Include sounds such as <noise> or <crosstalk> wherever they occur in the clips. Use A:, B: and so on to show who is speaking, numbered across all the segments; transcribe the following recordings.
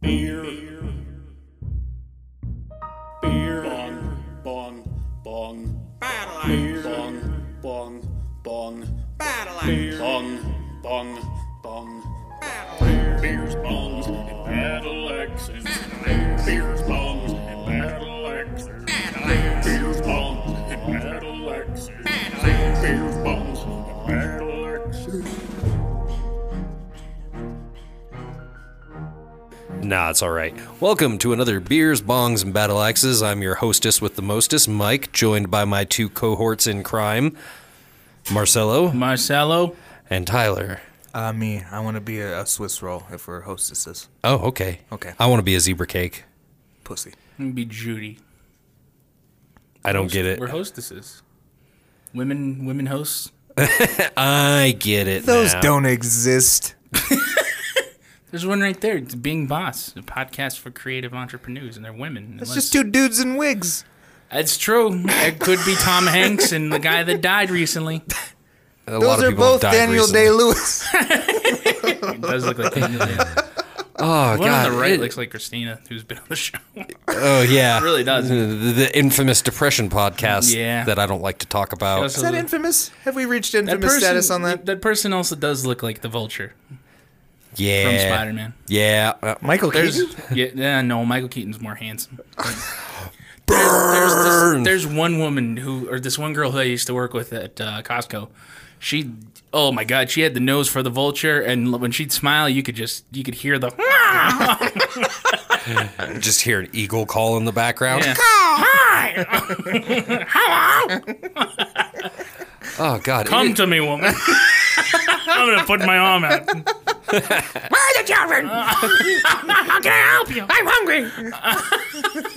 A: Beer. Beer. Bong. Bong. Bong.
B: Battle
A: Beer. Bong. Bong. Bong.
B: Battle
A: Beer. Bong. Bong. Bong.
B: Battle
A: Beers, bongs, and battle axes. Beers, bongs, and battle axes. Beers, bongs, and battle axes. Beers, bongs, and battle axes.
C: Nah, it's all right. Welcome to another Beers, Bongs, and Battle Axes. I'm your hostess with the mostest, Mike, joined by my two cohorts in crime, Marcelo
D: Marcelo.
C: and Tyler.
E: Uh, me. I want to be a, a Swiss roll if we're hostesses.
C: Oh, okay.
E: Okay.
C: I want to be a zebra cake.
E: Pussy.
D: It'd be Judy.
C: I don't get it.
D: We're hostesses. Women, women hosts.
C: I get it.
E: Those
C: now.
E: don't exist.
D: There's one right there. It's Being Boss, a podcast for creative entrepreneurs, and they're women.
E: It's
D: unless-
E: just two dudes in wigs.
D: It's true. It could be Tom Hanks and the guy that died recently.
C: A lot
E: Those
C: of people
E: are
C: have
E: both
C: died
E: Daniel
C: recently.
E: Day Lewis. <laughs>
D: It does look like Daniel Day. The
C: Oh
D: <laughs> one
C: god.
D: on the right
C: it-
D: looks like Christina, who's been on the show.
C: oh yeah.
D: really does.
C: The, the infamous depression podcast
D: Yeah.
C: that I don't like to talk about.
D: Also,
E: Is that infamous? Have we reached infamous status on that?
D: That person also does look like the Vulture
C: yeah.
D: from Spider-Man.
C: Yeah. Uh,
E: Michael
D: There's
E: Keaton.
D: yeah, yeah, no, Michael Keaton's
C: <laughs>
D: more handsome.
C: burn.
D: There's one woman who, or this one girl who I used to work with at uh, Costco. She, oh my God, she had the nose for the vulture, and l- when she'd smile, you could just you could hear the
C: Just hear an eagle call in the background.
D: Yeah.
C: Oh god. It-
D: "Come to
C: <laughs>
D: me, woman." I'm gonna put my arm out.
B: Where are the children? How can I help you? I'm hungry.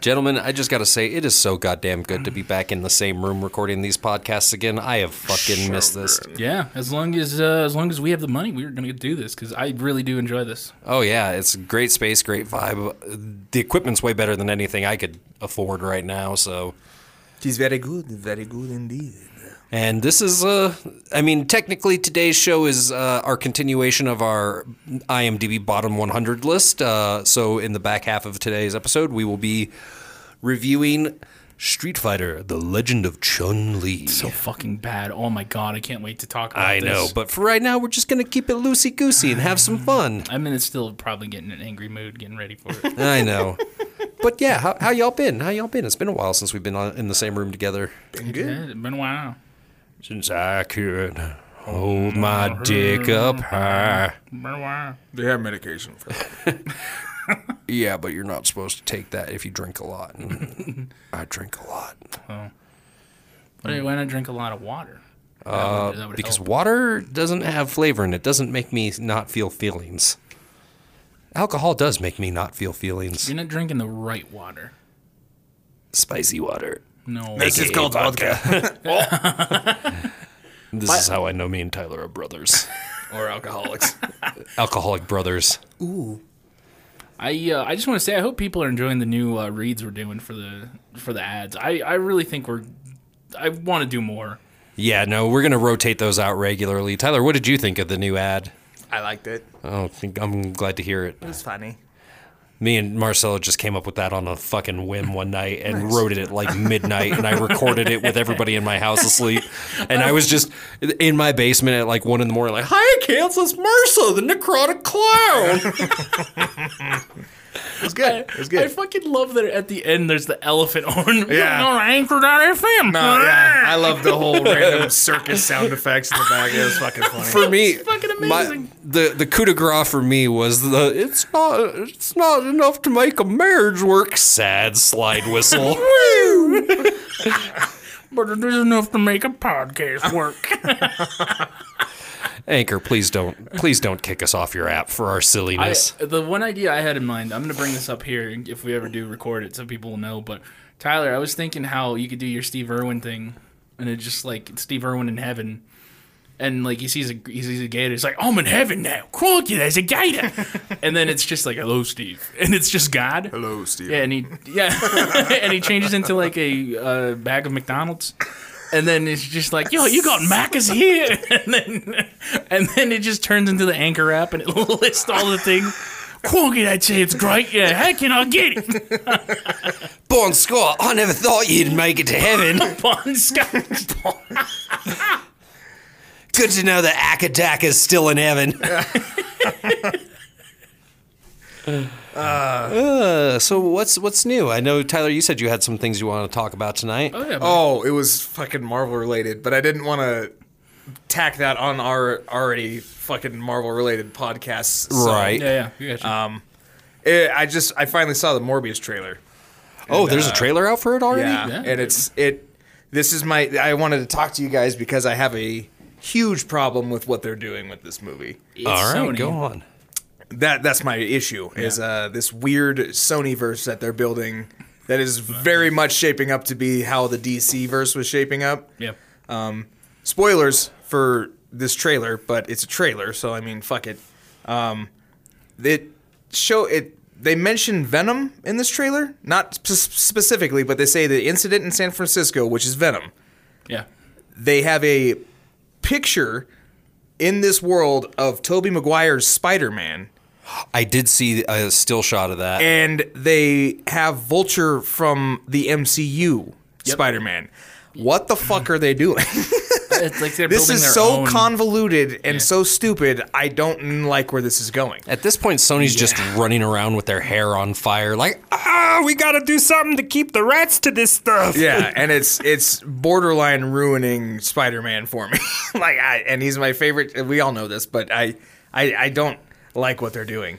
C: Gentlemen, I just got to say, it is so goddamn good to be back in the same room recording these podcasts again. I have fucking missed this.
D: Yeah, as long as uh, as long as we have the money, we're gonna do this because I really do enjoy this.
C: Oh, yeah. It's great space, great vibe. The equipment's way better than anything I could afford right now. So,
E: She's very good. Very good indeed.
C: and this is, uh, I mean, technically today's show is uh, our continuation of our IMDb bottom 100 list. Uh, so, in the back half of today's episode, we will be reviewing Street Fighter, The Legend of Chun Li.
D: So fucking bad. Oh my God, I can't wait to talk. about
C: I know,
D: this.
C: but for right now, we're just going to keep it loosey goosey and have some fun.
D: I mean, it's still probably getting an angry mood, getting ready for it.
C: I know. <laughs> But yeah, how, how y'all been? How y'all been? It's been a while since we've been on, in the same room together.
D: yeah, it's been a while.
C: Since I could hold my dick up high.
D: Been a while.
E: They have medication for that.
C: Yeah, but you're not supposed to take that if you drink a lot. <laughs> And I drink a lot
D: Why why not drink a lot of water? That
E: Uh,
D: would- that would
C: because
D: help.
C: water doesn't have flavor and it doesn't make me not feel feelings. Alcohol does make me not feel feelings.
D: you're not drinking the right water.
C: Spicy water.
D: No,
E: This is called vodka.
C: This is how I know me and Tyler are brothers.
E: <laughs> <laughs> or alcoholics.
C: Alcoholic brothers.
D: <laughs> I uh, I just want to say I hope people are enjoying the new uh, reads we're doing for the for the ads. I I really think we're I want to do more.
C: Yeah, no, we're gonna rotate those out regularly. Tyler, what did you think of the new ad?
E: <laughs> I liked it.
C: Oh, I think- I'm glad to hear it.
E: It was funny.
C: Me and Marcelo just came up with that on a fucking whim one night and wrote it at like midnight, and I recorded it with everybody in my house asleep. And I was just in my basement at like one in the morning, like, "Hi, kids, it's Marcelo, the necrotic clown."
E: It was good. It was
D: I
E: good.
D: fucking love that at the end there's the elephant <laughs> horn.
E: Yeah.
D: on anchor.fm.
E: Oh, yeah. I love the whole <laughs> random circus sound effects in the back. It was fucking funny.
C: For me,
D: fucking
C: my-
D: amazing.
C: the the coup de grace for me was the it's not it's not enough to make a marriage work. Sad slide
D: <laughs>
C: whistle.
D: But it is enough to make a podcast work.
C: Anchor, please don't, please don't kick us off your app for our
D: I,
C: silliness.
D: the one idea I had in mind, I'm going to bring this up here if we ever do record it so people will know. But Tyler, I was thinking how you could do your Steve Irwin thing, and it's just like it's Steve Irwin in heaven. And like he sees a he sees a gator, he's like, "I'm in heaven now, crikey, there's a gator," and then it's just like, "Hello, Steve," and it's just God.
E: Hello, Steve.
D: Yeah, <laughs> and he yeah, and he changes into like a uh, bag of McDonald's, and then it's just like, yo, you got Macca's <laughs> <laughs> here, and then and then it just turns into the anchor app, and it lists all the things. Cool, get that shit. It's great. Yeah, how can I get it? <laughs>
C: Bon Scott, I never thought you'd make it to heaven.
D: <laughs> Bon Scott.
C: Good to know that Akadaka's still in
D: <laughs>
C: heaven. Uh, so what's what's new? I know Tyler, you said you had some things you want to talk about tonight.
D: Oh, yeah,
E: Oh, it was fucking Marvel related, but I didn't want to tack that on our already fucking Marvel related podcasts. so-
C: right.
D: yeah, yeah. You got you.
E: Eh, I just I finally saw the Morbius trailer.
C: oh, there's a trailer out for it already.
E: Yeah,
D: Yeah.
E: and it's it. This is my. I wanted to talk to you guys because I have a huge problem with what they're doing with this movie.
D: It's
C: All right,
D: Sony.
C: go on.
E: That that's my issue is uh, this weird Sony verse that they're building that is very much shaping up to be how the DC verse was shaping up.
D: Yeah.
E: spoilers for this trailer, but it's a trailer, so I mean, fuck it. Um, it show it. They mention Venom in this trailer, not sp- specifically, but they say the incident in San Francisco, which is Venom.
D: Yeah.
E: They have a picture in this world of Toby Maguire's Spider-Man,
C: I did see a still shot of that.
E: and they have Vulture from the MCU Spider-Man. What the fuck are they doing? <laughs>
D: It's like they're
E: this
D: building
E: is
D: their
E: so
D: own.
E: convoluted and so stupid. I don't like where this is going.
C: At this point, Sony's just running around with their hair on fire, like, ah, we gotta do something to keep the rats to this stuff.
E: Yeah, and it's it's borderline ruining Spider-Man for me. <laughs> like, I, and he's my favorite. We all know this, but I, I, I don't like what they're doing.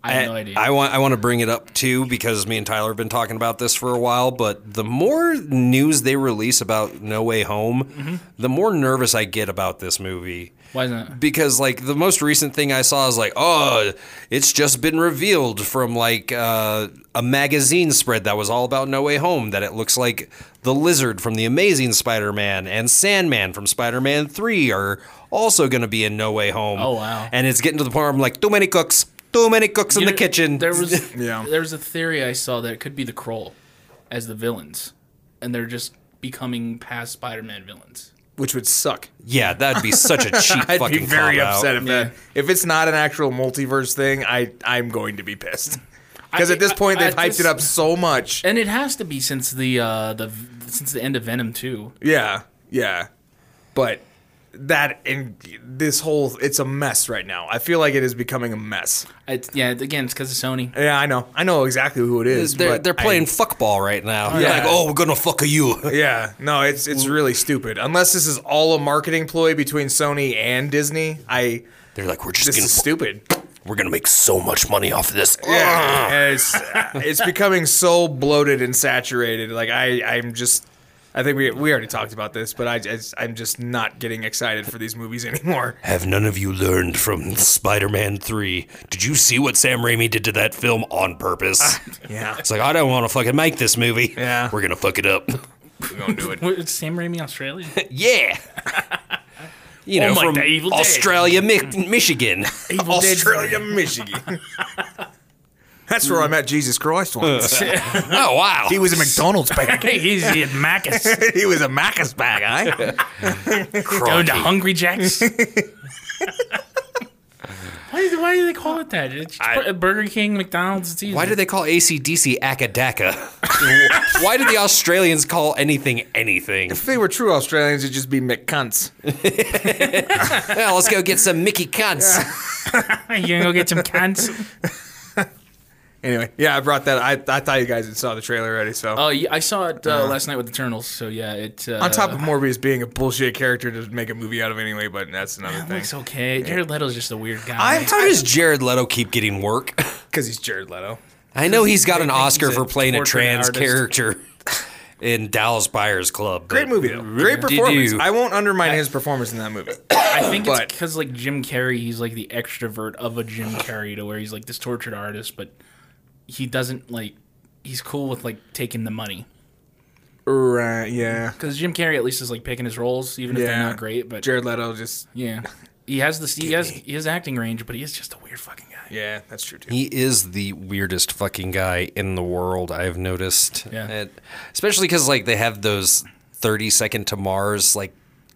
D: I have no idea.
C: I want I want to bring it up too because me and Tyler have been talking about this for a while. But the more news they release about No Way Home, the more nervous I get about this movie.
D: Why is that?
C: Because like the most recent thing I saw is like, oh, it's just been revealed from like uh, a magazine spread that was all about No Way Home that it looks like the Lizard from the Amazing Spider-Man and Sandman from Spider-Man Three are also going to be in No Way Home.
D: Oh, wow.
C: And it's getting to the point where I'm like, too many cooks, too many cooks in
D: You
C: the
D: know,
C: kitchen.
D: There was
E: <laughs> Yeah.
D: there was a theory I saw that it could be the Kroll as the villains, and they're just becoming past Spider-Man villains.
E: Which would suck.
C: Yeah, that'd be such
E: <laughs>
C: a cheap
E: I'd
C: fucking
E: be very
C: cop-out.
E: upset if
D: Yeah.
E: that if it's not an actual multiverse thing. I I'm going to be pissed
D: <laughs>
E: because
D: I-
E: at this point
D: I-
E: they've
D: I
E: hyped it
D: just-
E: up so much.
D: And <laughs> it has to be since the uh, the since the end of Venom too.
E: Yeah, yeah, but that and this whole it's a mess right now. I feel like it is becoming a mess.
D: It's, yeah, again, it's because of Sony.
E: Yeah, I know. I know exactly who it is.
C: They're,
E: but
C: they're
E: I-
C: playing fuckball right now. They're
E: Yeah.
C: Like, oh, we're gonna fuck you. <laughs>
E: yeah, no, it's it's really stupid. Unless this is all a marketing ploy between Sony and Disney, I
C: They're like, we're just
E: this
C: gonna,
E: is stupid.
C: we're gonna make so much money off of this.
E: Yeah, and it's it's becoming so bloated and saturated. Like I I'm just. I think we, we already talked about this, but I, I I'm just not getting excited for these movies anymore.
C: Have none of you learned from Spider-Man Three? Did you see what Sam Raimi did to that film on
D: Ah.
C: purpose?
E: Yeah,
C: it's like I don't want to fucking make this movie.
E: Yeah.
C: we're gonna fuck it
D: <laughs>
C: up.
E: we're gonna do it.
D: What, it's Sam Raimi <laughs> Australia.
C: yeah. You know,
D: like
C: from
D: the Oh Evil Dead.
C: Australia, Mi- Michigan.
E: <laughs> Australia, Michigan. That's where I met Jesus Christ <laughs> once.
C: oh wow!
E: he was a McDonald's <laughs> bag.
D: He's in <laughs> Macus.
E: he was a Macca's bag, eh?
D: Going
C: Crikey.
D: to Oh, Hungry <laughs> Jacks. why, do- why do they call it that? It's just put- Burger King, McDonald's. It's easy.
C: Why do they call ACDC Akadaka? Why do the Australians call anything anything?
E: If they were true Australians, it'd just be McCunts.
C: Well, let's go get some Mickey
D: <laughs>
C: cunts.
D: <laughs> You gonna go get some <laughs> cans?
E: Anyway, yeah, I brought that. I, I thought you guys had saw the trailer already. So
D: Oh, yeah, I saw it uh, last night with Eternals. So yeah, it. Uh,
E: on top of Morbius being a bullshit character to make a movie out of anyway, but that's another
D: <laughs>
E: thing.
D: It's okay. Jared Leto's just a weird guy.
E: I'm
C: How
E: tired
C: does Jared Leto keep getting work?
E: because he's Jared Leto.
C: I know he's got an Oscar
D: a
C: for playing a
D: tortured
C: trans
D: artist.
C: character in Dallas Buyers Club. but-
E: Great movie though. Great
C: Did
E: performance.
C: you-
E: I won't undermine his performance in that movie.
D: I think it's
E: but-
D: because like Jim Carrey, he's like the extrovert of a Jim Carrey, to where he's like this tortured artist, but he doesn't like. He's cool with like taking the money
E: right? Yeah.
D: because Jim Carrey at least is like picking his roles, even if they're
E: Yeah.
D: not great. But
E: Jared Leto just.
D: yeah, he has this. He has his acting range, but he is just a weird fucking guy.
E: Yeah, that's true too.
C: He is the weirdest fucking guy in the world. I've noticed,
D: Yeah.
C: And especially because like they have those thirty second to Mars like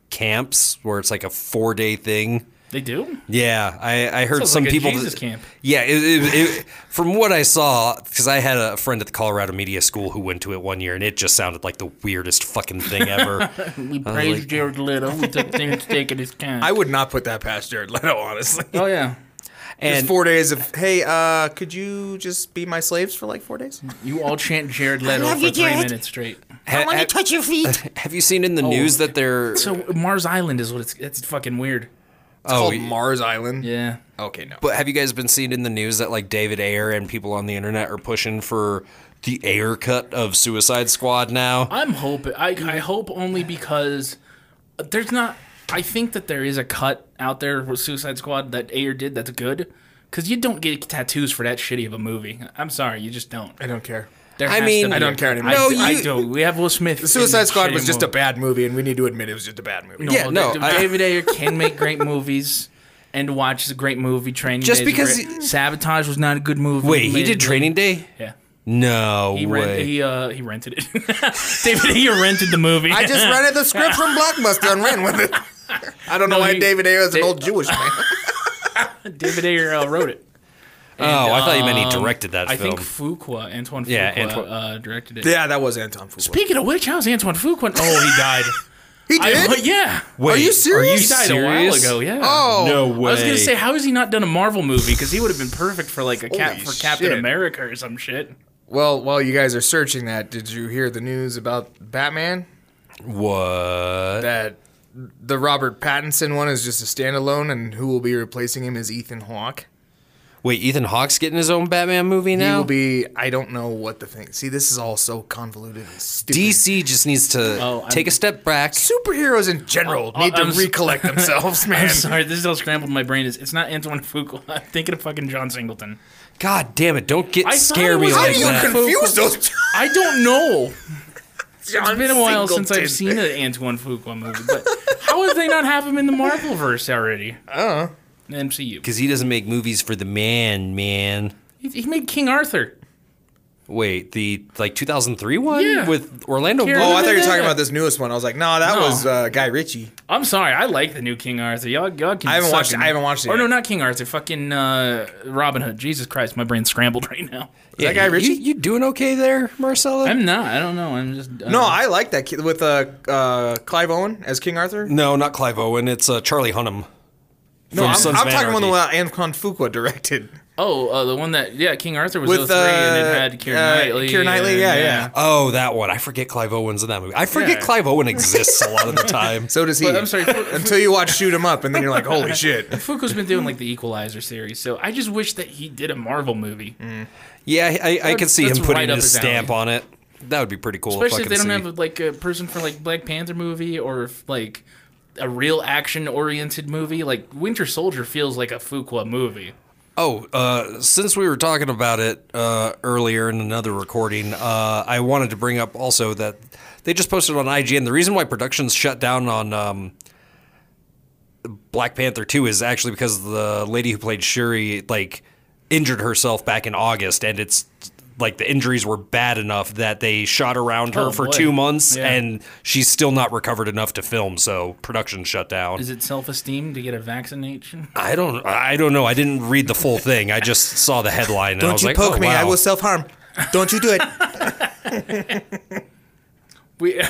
C: camps where it's like a four day thing.
D: They do?
C: Yeah, I, I heard
D: Sounds
C: some
D: like a
C: people.
D: Jesus camp.
C: Yeah, it, it, it, from what I saw, because I had a friend at the Colorado Media School who went to it one year, and it just sounded like the weirdest fucking thing
D: <laughs>
C: ever.
D: We praise Jared Leto. We took things taking his time.
E: I would not put that past Jared <laughs> Leto, honestly.
D: oh, yeah.
E: Just
C: and
E: four days of hey, uh, could you just be my slaves for like four days?
D: You all chant Jared Leto
B: love
D: for
B: you,
D: three
B: Jared.
D: minutes straight.
B: I
C: ha-
B: want
C: ha-
B: to touch your feet.
C: have you seen
D: Oh.
C: in the news that they're
D: So Mars Island is what it's. That's fucking weird.
E: It's called
C: Oh, y-
E: Mars Island.
D: Yeah.
E: Okay, no.
C: But have you guys been seeing in the news that like David Ayer and people on the internet are pushing for the Ayer cut of Suicide Squad now?
D: I'm hoping. I, I hope only because there's not. I think that there is a cut out there with Suicide Squad that Ayer did that's good. Because you don't get tattoos for that shitty of a movie. I'm sorry, you just don't.
E: I don't care.
D: There
C: I
D: has to
C: mean-
D: be.
C: I
E: don't care anymore.
D: I,
C: No,
D: I
C: you-
D: don't. We have Will Smith. in
E: Suicide Squad
D: shitty
E: was just a
D: movie.
E: bad movie, and we need to admit it was just a bad movie.
D: No,
C: Yeah, no,
D: David,
C: I-
D: Ayer can make great movies. And watch is a great movie. Training
C: Just
D: Day is a
C: because
D: great-
C: he-
D: Sabotage was not a good movie.
C: Wait, he did
D: admittedly.
C: Training Day?
D: Yeah,
C: No
D: he rent,
C: way.
D: he uh he rented it. <laughs> David Ayer rented the movie.
E: I just rented the script from Blockbuster and ran with it. <laughs> I don't know
D: No,
E: why
D: he-
E: David Ayer is an
D: Da-
E: old Jewish man.
D: <laughs> David Ayer uh, wrote it.
C: oh, I thought you meant he directed that
D: um, I
C: film.
D: think Fuqua, Antoine Fuqua,
C: Yeah, Antoine-
D: uh, directed it.
E: <laughs> yeah, that was Anton Fuqua.
D: Speaking of which, how's Antoine Fuqua? Oh, he died.
E: <laughs> he did.
D: I, yeah,
C: Wait,
E: Are you serious?
D: he died
C: serious?
D: a while ago. Yeah.
E: oh,
C: No way.
D: I was gonna say, how has he not done a Marvel movie? Because he would have been perfect for like a cap
E: Holy
D: for Captain
E: shit.
D: America or some shit.
E: Well, while you guys are searching that, did you hear the news about Batman?
C: what?
E: That the Robert Pattinson one is just a standalone, and who will be replacing him is Ethan Hawke.
C: Wait, Ethan Hawke's getting his own Batman movie
E: He
C: now.
E: will be. I don't know what the thing. See, this is all so convoluted and stupid.
C: DC just needs to
D: Oh, I'm-
C: take a step back.
E: superheroes in general
D: Oh, oh,
E: need to
D: I'm s- <laughs>
E: recollect themselves, man.
D: I'm sorry, this is how scrambled my brain is. It's not Antoine Fuqua. <laughs> I'm thinking of fucking John Singleton.
C: God damn it! Don't get
D: I thought
C: scare
D: it
C: me
D: was-
E: How
C: like
E: do you
C: that.
E: confuse those? two?
D: I don't know.
E: John
D: It's been a while since
E: Singleton.
D: I've seen an Antoine Fuqua movie, but how have they not have him in the Marvel verse already? Uh the MCU.
C: Because he doesn't make movies for the man, man.
D: He, he made King Arthur.
C: Wait, the like 2003 one
D: Yeah.
C: with Orlando
D: Here-
C: Bloom?
E: Oh, I thought you were talking about this newest one. I was like, no, that
D: No.
E: was uh, Guy Ritchie.
D: I'm sorry, I like the new King Arthur. Y'all, y'all can
E: I haven't
D: suck
E: watched it. I haven't watched it
D: Or no,
E: yet.
D: not King Arthur. Fucking uh, Robin Hood. Jesus Christ, my brain's scrambled <laughs> right now.
C: Yeah,
E: that Guy
C: you-
E: Ritchie?
C: You, you doing okay there, Marcella?
D: I'm not. I don't know. I'm just. Uh,
E: No, I like that kid with uh, uh, Clive Owen as King Arthur.
C: no, not Clive Owen. It's uh, Charlie Hunnam.
E: No, I'm,
C: Sons
E: I'm
C: of
E: talking about the
C: Anarchy.
E: one that Anton Fuqua directed
D: Oh, uh, the one that yeah, King Arthur was
E: with
D: 03
E: uh,
D: and it had Keira
E: uh,
D: Knightley.
E: Keira Knightley,
D: and-
E: yeah, yeah,
C: Oh, that one. I forget Clive Owen's in that movie. I forget
D: Yeah.
C: Clive Owen exists a lot of
D: <laughs>
C: the time.
E: So does he.
D: But I'm sorry, Fu-
E: Until you watch Shoot 'Em Up, and then you're like, holy
D: <laughs>
E: shit.
D: Fuqua's been doing like the Equalizer series, so I just wish that he did a Marvel movie,
E: Mm,
C: yeah, I, I could see him
D: That's
C: putting
D: right up
C: his
D: his
C: stamp
D: alley.
C: on it. That would be pretty cool.
D: especially
C: if, I
D: if they
C: could
D: don't
C: see.
D: have like a person for like Black Panther movie or if, like a real action oriented movie. Like Winter Soldier feels like a Fuqua movie.
C: Oh, uh, since we were talking about it uh, earlier in another recording, uh, I wanted to bring up also that they just posted on IGN the reason why productions shut down on um, Black Panther 2 is actually because the lady who played Shuri like injured herself back in August and it's like the injuries were bad enough that they shot around her
D: Oh,
C: for
D: boy.
C: 2 months
D: Yeah.
C: and she's still not recovered enough to film so production shut down.
D: Is it self esteem to get a vaccination?
C: I don't. I don't know. I didn't read the full thing. I just saw the headline and I
E: Don't
C: was
E: you
C: like,
E: poke
C: oh,
E: me.
C: Wow.
E: I will self harm. Don't you do it.
D: We.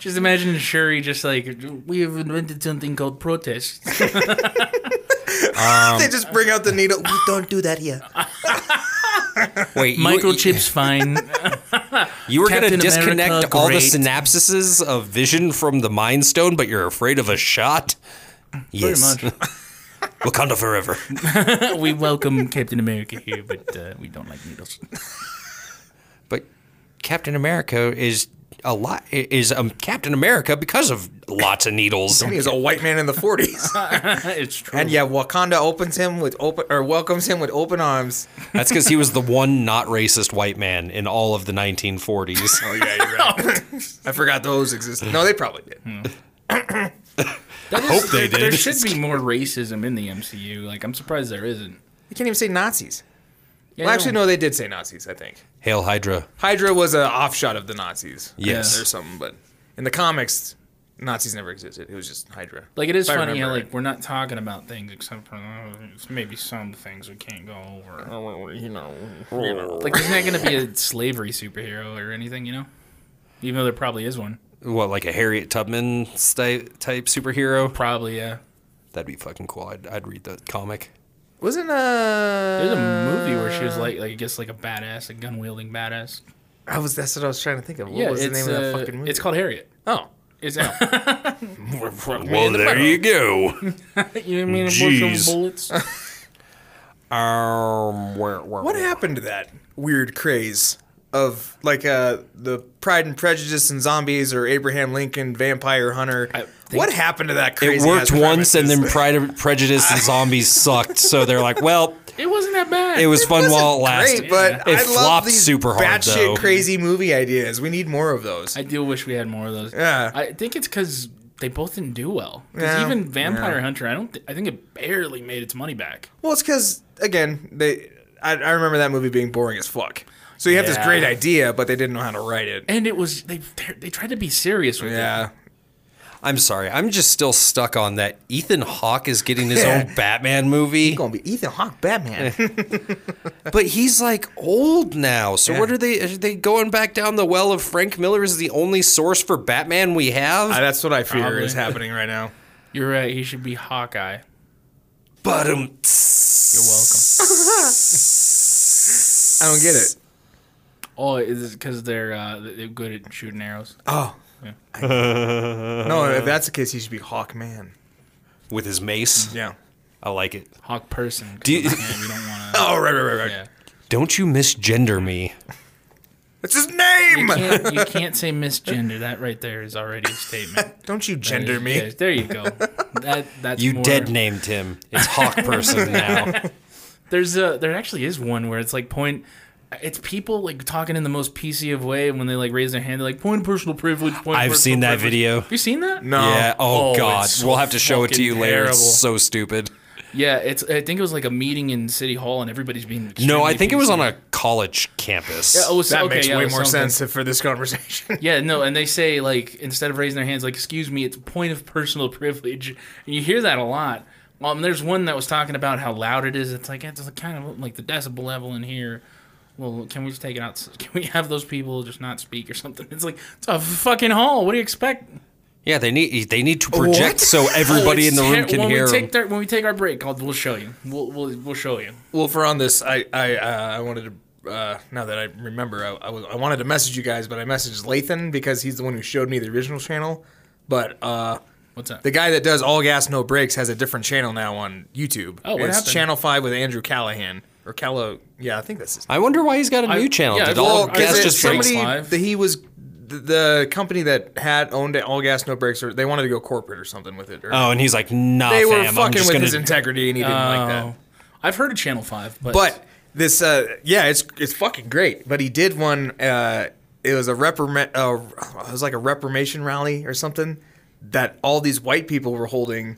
D: Just imagine Shuri just like we have invented something called protest. Um,
E: <laughs> they just bring out the needle. We don't do that here.
C: Wait, you-
D: Microchips fine.
C: You, were going to
D: Captain
C: disconnect
D: America,
C: all the
D: great.
C: synapses of vision from the Mind Stone, but you're afraid of a shot.
D: Pretty
C: Yes,
D: much.
C: Wakanda forever.
D: <laughs> we welcome Captain America here, but uh, we don't like needles. <laughs>
C: But Captain America is a lot. Is um, Captain America because of lots of needles.
E: He is a white man in the 40s.
D: it's true.
E: and yeah, Wakanda opens him with open or welcomes him with open arms.
C: That's because he was the one not racist white man in all of the <laughs> 1940s.
E: Oh yeah, you're right. I forgot those existed. No, they probably did.
D: Hmm. I
C: hope they
D: There
C: did.
D: should be more racism in the MCU. Like, I'm surprised there isn't.
E: They can't even say Nazis.
D: Yeah,
E: Well, actually, no, they did say Nazis. I think
C: Hail Hydra!
E: Hydra was an offshot of the Nazis.
C: Yes.
E: or something. But in the comics, Nazis never existed. It was just Hydra.
D: Like it is
E: If I
D: funny, yeah,
E: remember
D: like we're not talking about things except for uh, maybe some things we can't go over.
E: right. you know,
D: Like there's not going to be a slavery superhero or anything, you know? Even though there probably is one.
C: What, like a Harriet Tubman sti- type superhero?
D: Probably, yeah.
C: That'd be fucking cool. I'd, I'd read that comic.
E: wasn't
D: There's
E: uh,
D: a movie where she was like, like I guess like a badass, a gun wielding badass.
E: I was that's what I was trying to think of. What
D: yeah,
E: was the
D: it's
E: name of that
D: uh,
E: fucking movie?
D: it's called Harriet.
E: oh,
D: Is
C: Well, there you go.
D: <laughs> you mean
C: Jeez.
D: <laughs> bullets?
C: um, where, where,
E: what happened to that weird craze of like uh the Pride and Prejudice and zombies or Abraham Lincoln Vampire Hunter? What happened to that crazy?
C: It worked once, and then Pride, Prejudice and Zombies sucked. So they're like, well,
D: It wasn't that bad.
C: it was fun
E: <laughs>
C: while it lasted.
E: Great, but
C: It
E: I love
C: flopped
E: these
C: super hard, though.
E: batshit crazy movie ideas. We need more of those.
D: I do wish we had more of those.
E: Yeah.
D: I think it's because they both didn't do well. 'Cause
E: Yeah.
D: even Vampire Hunter, I don't. Th- I think it barely made its money back.
E: Well, it's because again, they. I, I remember that movie being boring as fuck. So you have this
D: Yeah.
E: great idea, but they didn't know how to write it.
D: And it was they. They tried to be serious with it.
E: Yeah,
C: I'm sorry. I'm just still stuck on that. Ethan Hawke is getting his <laughs> own Batman movie,
E: gonna be Ethan Hawke Batman.
C: but he's like old now. So what are they? Are they going back down the well of Frank Miller is the only source for Batman we have?
E: Uh, that's what I fear
D: Probably.
E: is happening right now.
D: You're right. He should be Hawkeye.
C: but um,
D: You're welcome.
E: I don't get it.
D: Oh, is because they're uh, they're good at shooting arrows?
E: Oh. no, if that's the case, he should be Hawkman.
C: with his mace,
E: Yeah.
C: I like it.
D: Hawk person. 'cause,
C: Do you-
D: yeah, we
C: <laughs>
D: don't want to.
E: Oh, right, right, right, right.
D: Yeah.
C: Don't you misgender me?
E: That's his
D: You
E: name!
D: can't, you can't say misgender. That right there is already
C: <laughs>
D: a statement.
E: Don't you gender
D: Yes,
E: me.
D: yes, there you go. That that's
C: You
D: more-
C: dead named him. It's Hawk person now.
D: There's a there actually is one where it's like point. It's people like talking in the most PC of way when they like raise their hand. They're like point personal privilege. Point.
C: I've
D: personal
C: seen that
D: privilege."
C: video.
D: Have you seen that?
E: No.
C: Yeah. Oh,
D: Oh,
C: God.
D: it's so
C: we'll have to show it to you
D: fucking
C: later.
D: terrible.
C: It's so stupid.
D: Yeah, it's. I think it was like a meeting in city hall and everybody's being.
C: No, I
D: extremely
C: think it was
D: PC.
C: on a college campus.
D: Yeah, oh, so-
E: That
D: okay,
E: makes
D: yeah,
E: way
D: it was
E: more
D: something.
E: sense for this conversation.
D: Yeah, no, and they say like instead of raising their hands, like "Excuse me," it's point of personal <laughs> privilege. And you hear that a lot. Um, there's one that was talking about how loud it is. It's like it's kind of like the decibel level in here. Well, can we just take it out? <laughs> Can we have those people just not speak or something? <laughs> It's like it's a fucking hall. What do you expect?
C: Yeah, they need they need to project
E: What?
C: so everybody in the
D: It's
C: room
D: <laughs> ter-
C: can
D: when
C: hear.
D: We
C: 'em.
D: take their, when we take our break, I'll, we'll show you. We'll, we'll we'll show you.
E: <laughs> well, if we're on this, I I, uh, I wanted to, uh, now that I remember, I, I, was, I wanted to message you guys, but I messaged Lathan because he's the one who showed me the original channel. But uh,
D: What's that?
E: The guy that does all gas no breaks has a different channel now on YouTube.
D: Oh, what
E: it's
D: happened?
E: Channel Five with Andrew Callahan or Callow. Yeah, I think that's his.
C: I wonder why he's got a new
D: I-
C: channel.
D: yeah,
C: Did
D: I-
C: all
D: well,
C: of
D: I
C: Gas
D: was-
C: just
D: somebody-
C: breaks?
D: Live?
E: The, he was the, the company that had owned it, all gas no breaks, or they wanted to go corporate or something with it. Or
C: Oh, and he's like, nah,
E: they were
C: fam. I'm
E: fucking
C: just
E: with
C: gonna.
E: his integrity, and he didn't like that.
D: Oh. I've heard of Channel Five, but
E: But this, uh, yeah, it's it's fucking great. But he did one. Uh, it was a reprimand. Uh, it was like a reformation rally or something that all these white people were holding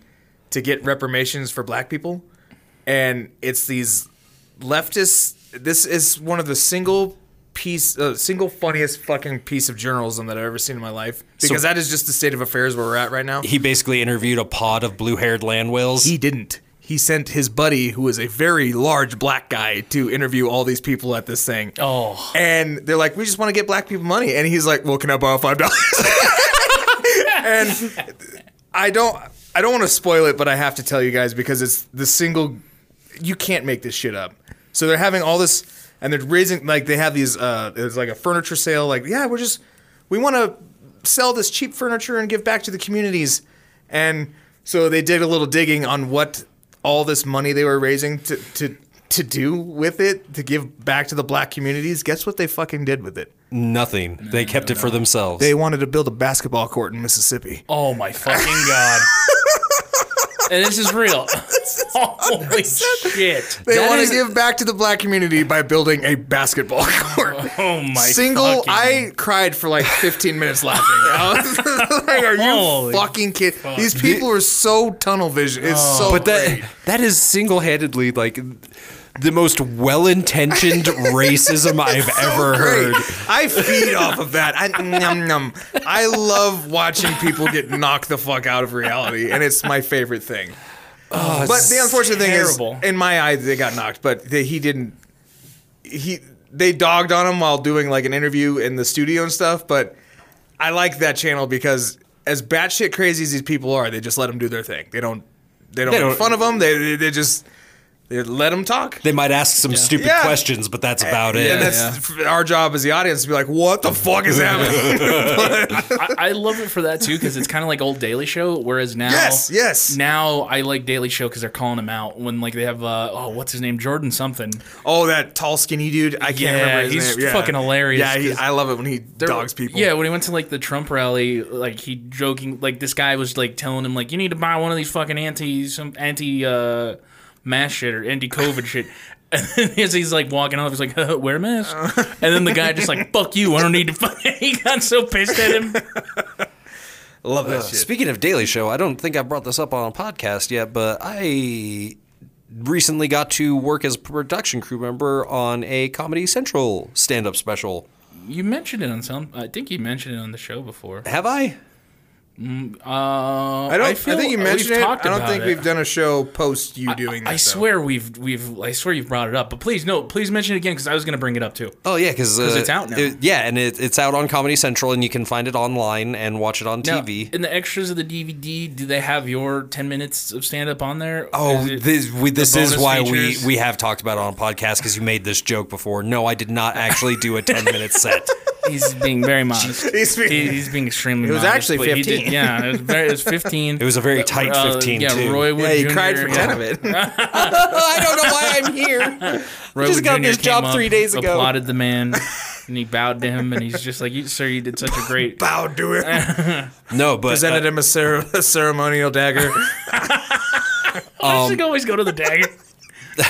E: to get reprimations for black people, and it's these leftists. This is one of the single piece, uh, single funniest fucking piece of journalism that I've ever seen in my life. Because that is just the state of affairs where we're at right now.
C: he basically interviewed a pod of blue-haired land whales.
E: He didn't. He sent his buddy, who was a very large black guy, to interview all these people at this thing.
D: oh,
E: And they're like, we just want to get black people money. And he's like, well, can I borrow five dollars? <laughs> and I don't, I don't want to spoil it, but I have to tell you guys because it's the single. You can't make this shit up. So they're having all this, and they're raising like they have these. Uh, it's like a furniture sale. Like, yeah, we're just, we want to sell this cheap furniture and give back to the communities. And so they did a little digging on what all this money they were raising to to to do with it to give back to the black communities. Guess what they fucking did with it?
C: Nothing. they kept it for themselves.
E: They wanted to build a basketball court in Mississippi. <laughs>
D: oh my fucking god! and this is real. <laughs> Holy shit.
E: They
C: That
E: want
C: is-
E: to give back to the black community by building a basketball <laughs> court.
D: Oh my
E: Single,
D: fucking-
E: I cried for like 15 minutes laughing. I was <laughs> like, are you
D: Holy
E: fucking kidding? These people are so tunnel vision. It's
D: Oh.
E: so
C: but that
E: great.
C: that is single-handedly like the most
E: <laughs>
C: well-intentioned racism I've ever heard.
E: I feed off of that. I num num. I love watching people get knocked the fuck out of reality, and it's my favorite thing. but the unfortunate
D: terrible.
E: thing is, in my eyes, they got knocked, but they, he didn't. He they dogged on him while doing like an interview in the studio and stuff. But I like that channel because as batshit crazy as these people are, they just let them do their thing. They don't. They don't
C: They
E: make
C: don't-
E: fun of them. They they, they just they let them talk.
C: They might ask some stupid
E: Yeah.
C: questions, but that's about it.
E: and that's f our job as the audience to be like, what the fuck is
C: <laughs>
E: happening?
D: I, I love it for that too because it's kind of like old Daily Show. Whereas now,
E: Yes, yes.
D: now I like Daily Show because they're calling him out when like they have uh, oh what's his name Jordan something.
E: oh, that tall, skinny dude. I can't
D: Yeah,
E: remember his
D: he's
E: name. Yeah.
D: fucking hilarious
E: Yeah, he,
D: 'cause
E: I love it when he dogs people.
D: Yeah, when he went to like the Trump rally, like he joking like this guy was like telling him like you need to buy one of these fucking anti some anti uh mask shit or anti COVID shit. <laughs> And then as he's like walking off, he's like, "Wear a mask."
E: Uh.
D: And then the guy just
E: <laughs>
D: like, "Fuck you! I don't need to." fuck-" <laughs> He got so pissed at him.
E: love that shit.
C: Speaking of Daily Show, I don't think I brought this up on a podcast yet, but I recently got to work as a production crew member on a Comedy Central stand-up special.
D: You mentioned it on some. I think you mentioned it on the show before.
C: Have I?
D: Uh,
E: I don't. I,
D: feel
E: think you
D: we've
E: mentioned it.
D: talked
E: I don't
D: about
E: think
D: it.
E: we've done a show post you doing that.
D: I
E: though. <laughs>
D: swear we've we've I swear you've brought it up, but please no, please mention it again because I was gonna bring it up too.
C: Oh yeah, because uh,
D: it's out now.
C: it- yeah, and it, it's out on Comedy Central, and you can find it online and watch it on
D: Now,
C: TV.
D: in the extras of the DVD, do they have your ten minutes of stand up on there?
C: Oh,
D: Is it-
C: this, we, this
D: the
C: is
D: bonus
C: why
D: features?
C: we, we have talked about it on a podcast because you made this joke before. No, I did not actually do a 10 minute set.
D: he's
C: <laughs>
D: being very modest.
E: He's being- <laughs>
D: He- he's being extremely. It
E: was actually 15.
D: yeah, it was, very, it was fifteen. Uh,
C: It was a
D: <laughs>
C: very tight 15,
D: Yeah,
C: too.
D: Roy Wood <laughs>
E: Yeah, he
D: Jr.,
E: cried for
D: yeah.
E: ten of it.
C: I don't know why I'm here.
D: Roy
C: Just
D: Wood
C: got
D: Jr.
C: this
D: came
C: job
D: up,
C: three days ago.
D: Applauded the man, and he bowed to him, and he's just like, "You- "Sir, you did such a great."
E: <laughs> Bow to it.
C: <laughs> No, but
E: <laughs>
C: uh,
E: Presented him a, cer- a ceremonial dagger.
D: I should always go to the <laughs> dagger.
C: no,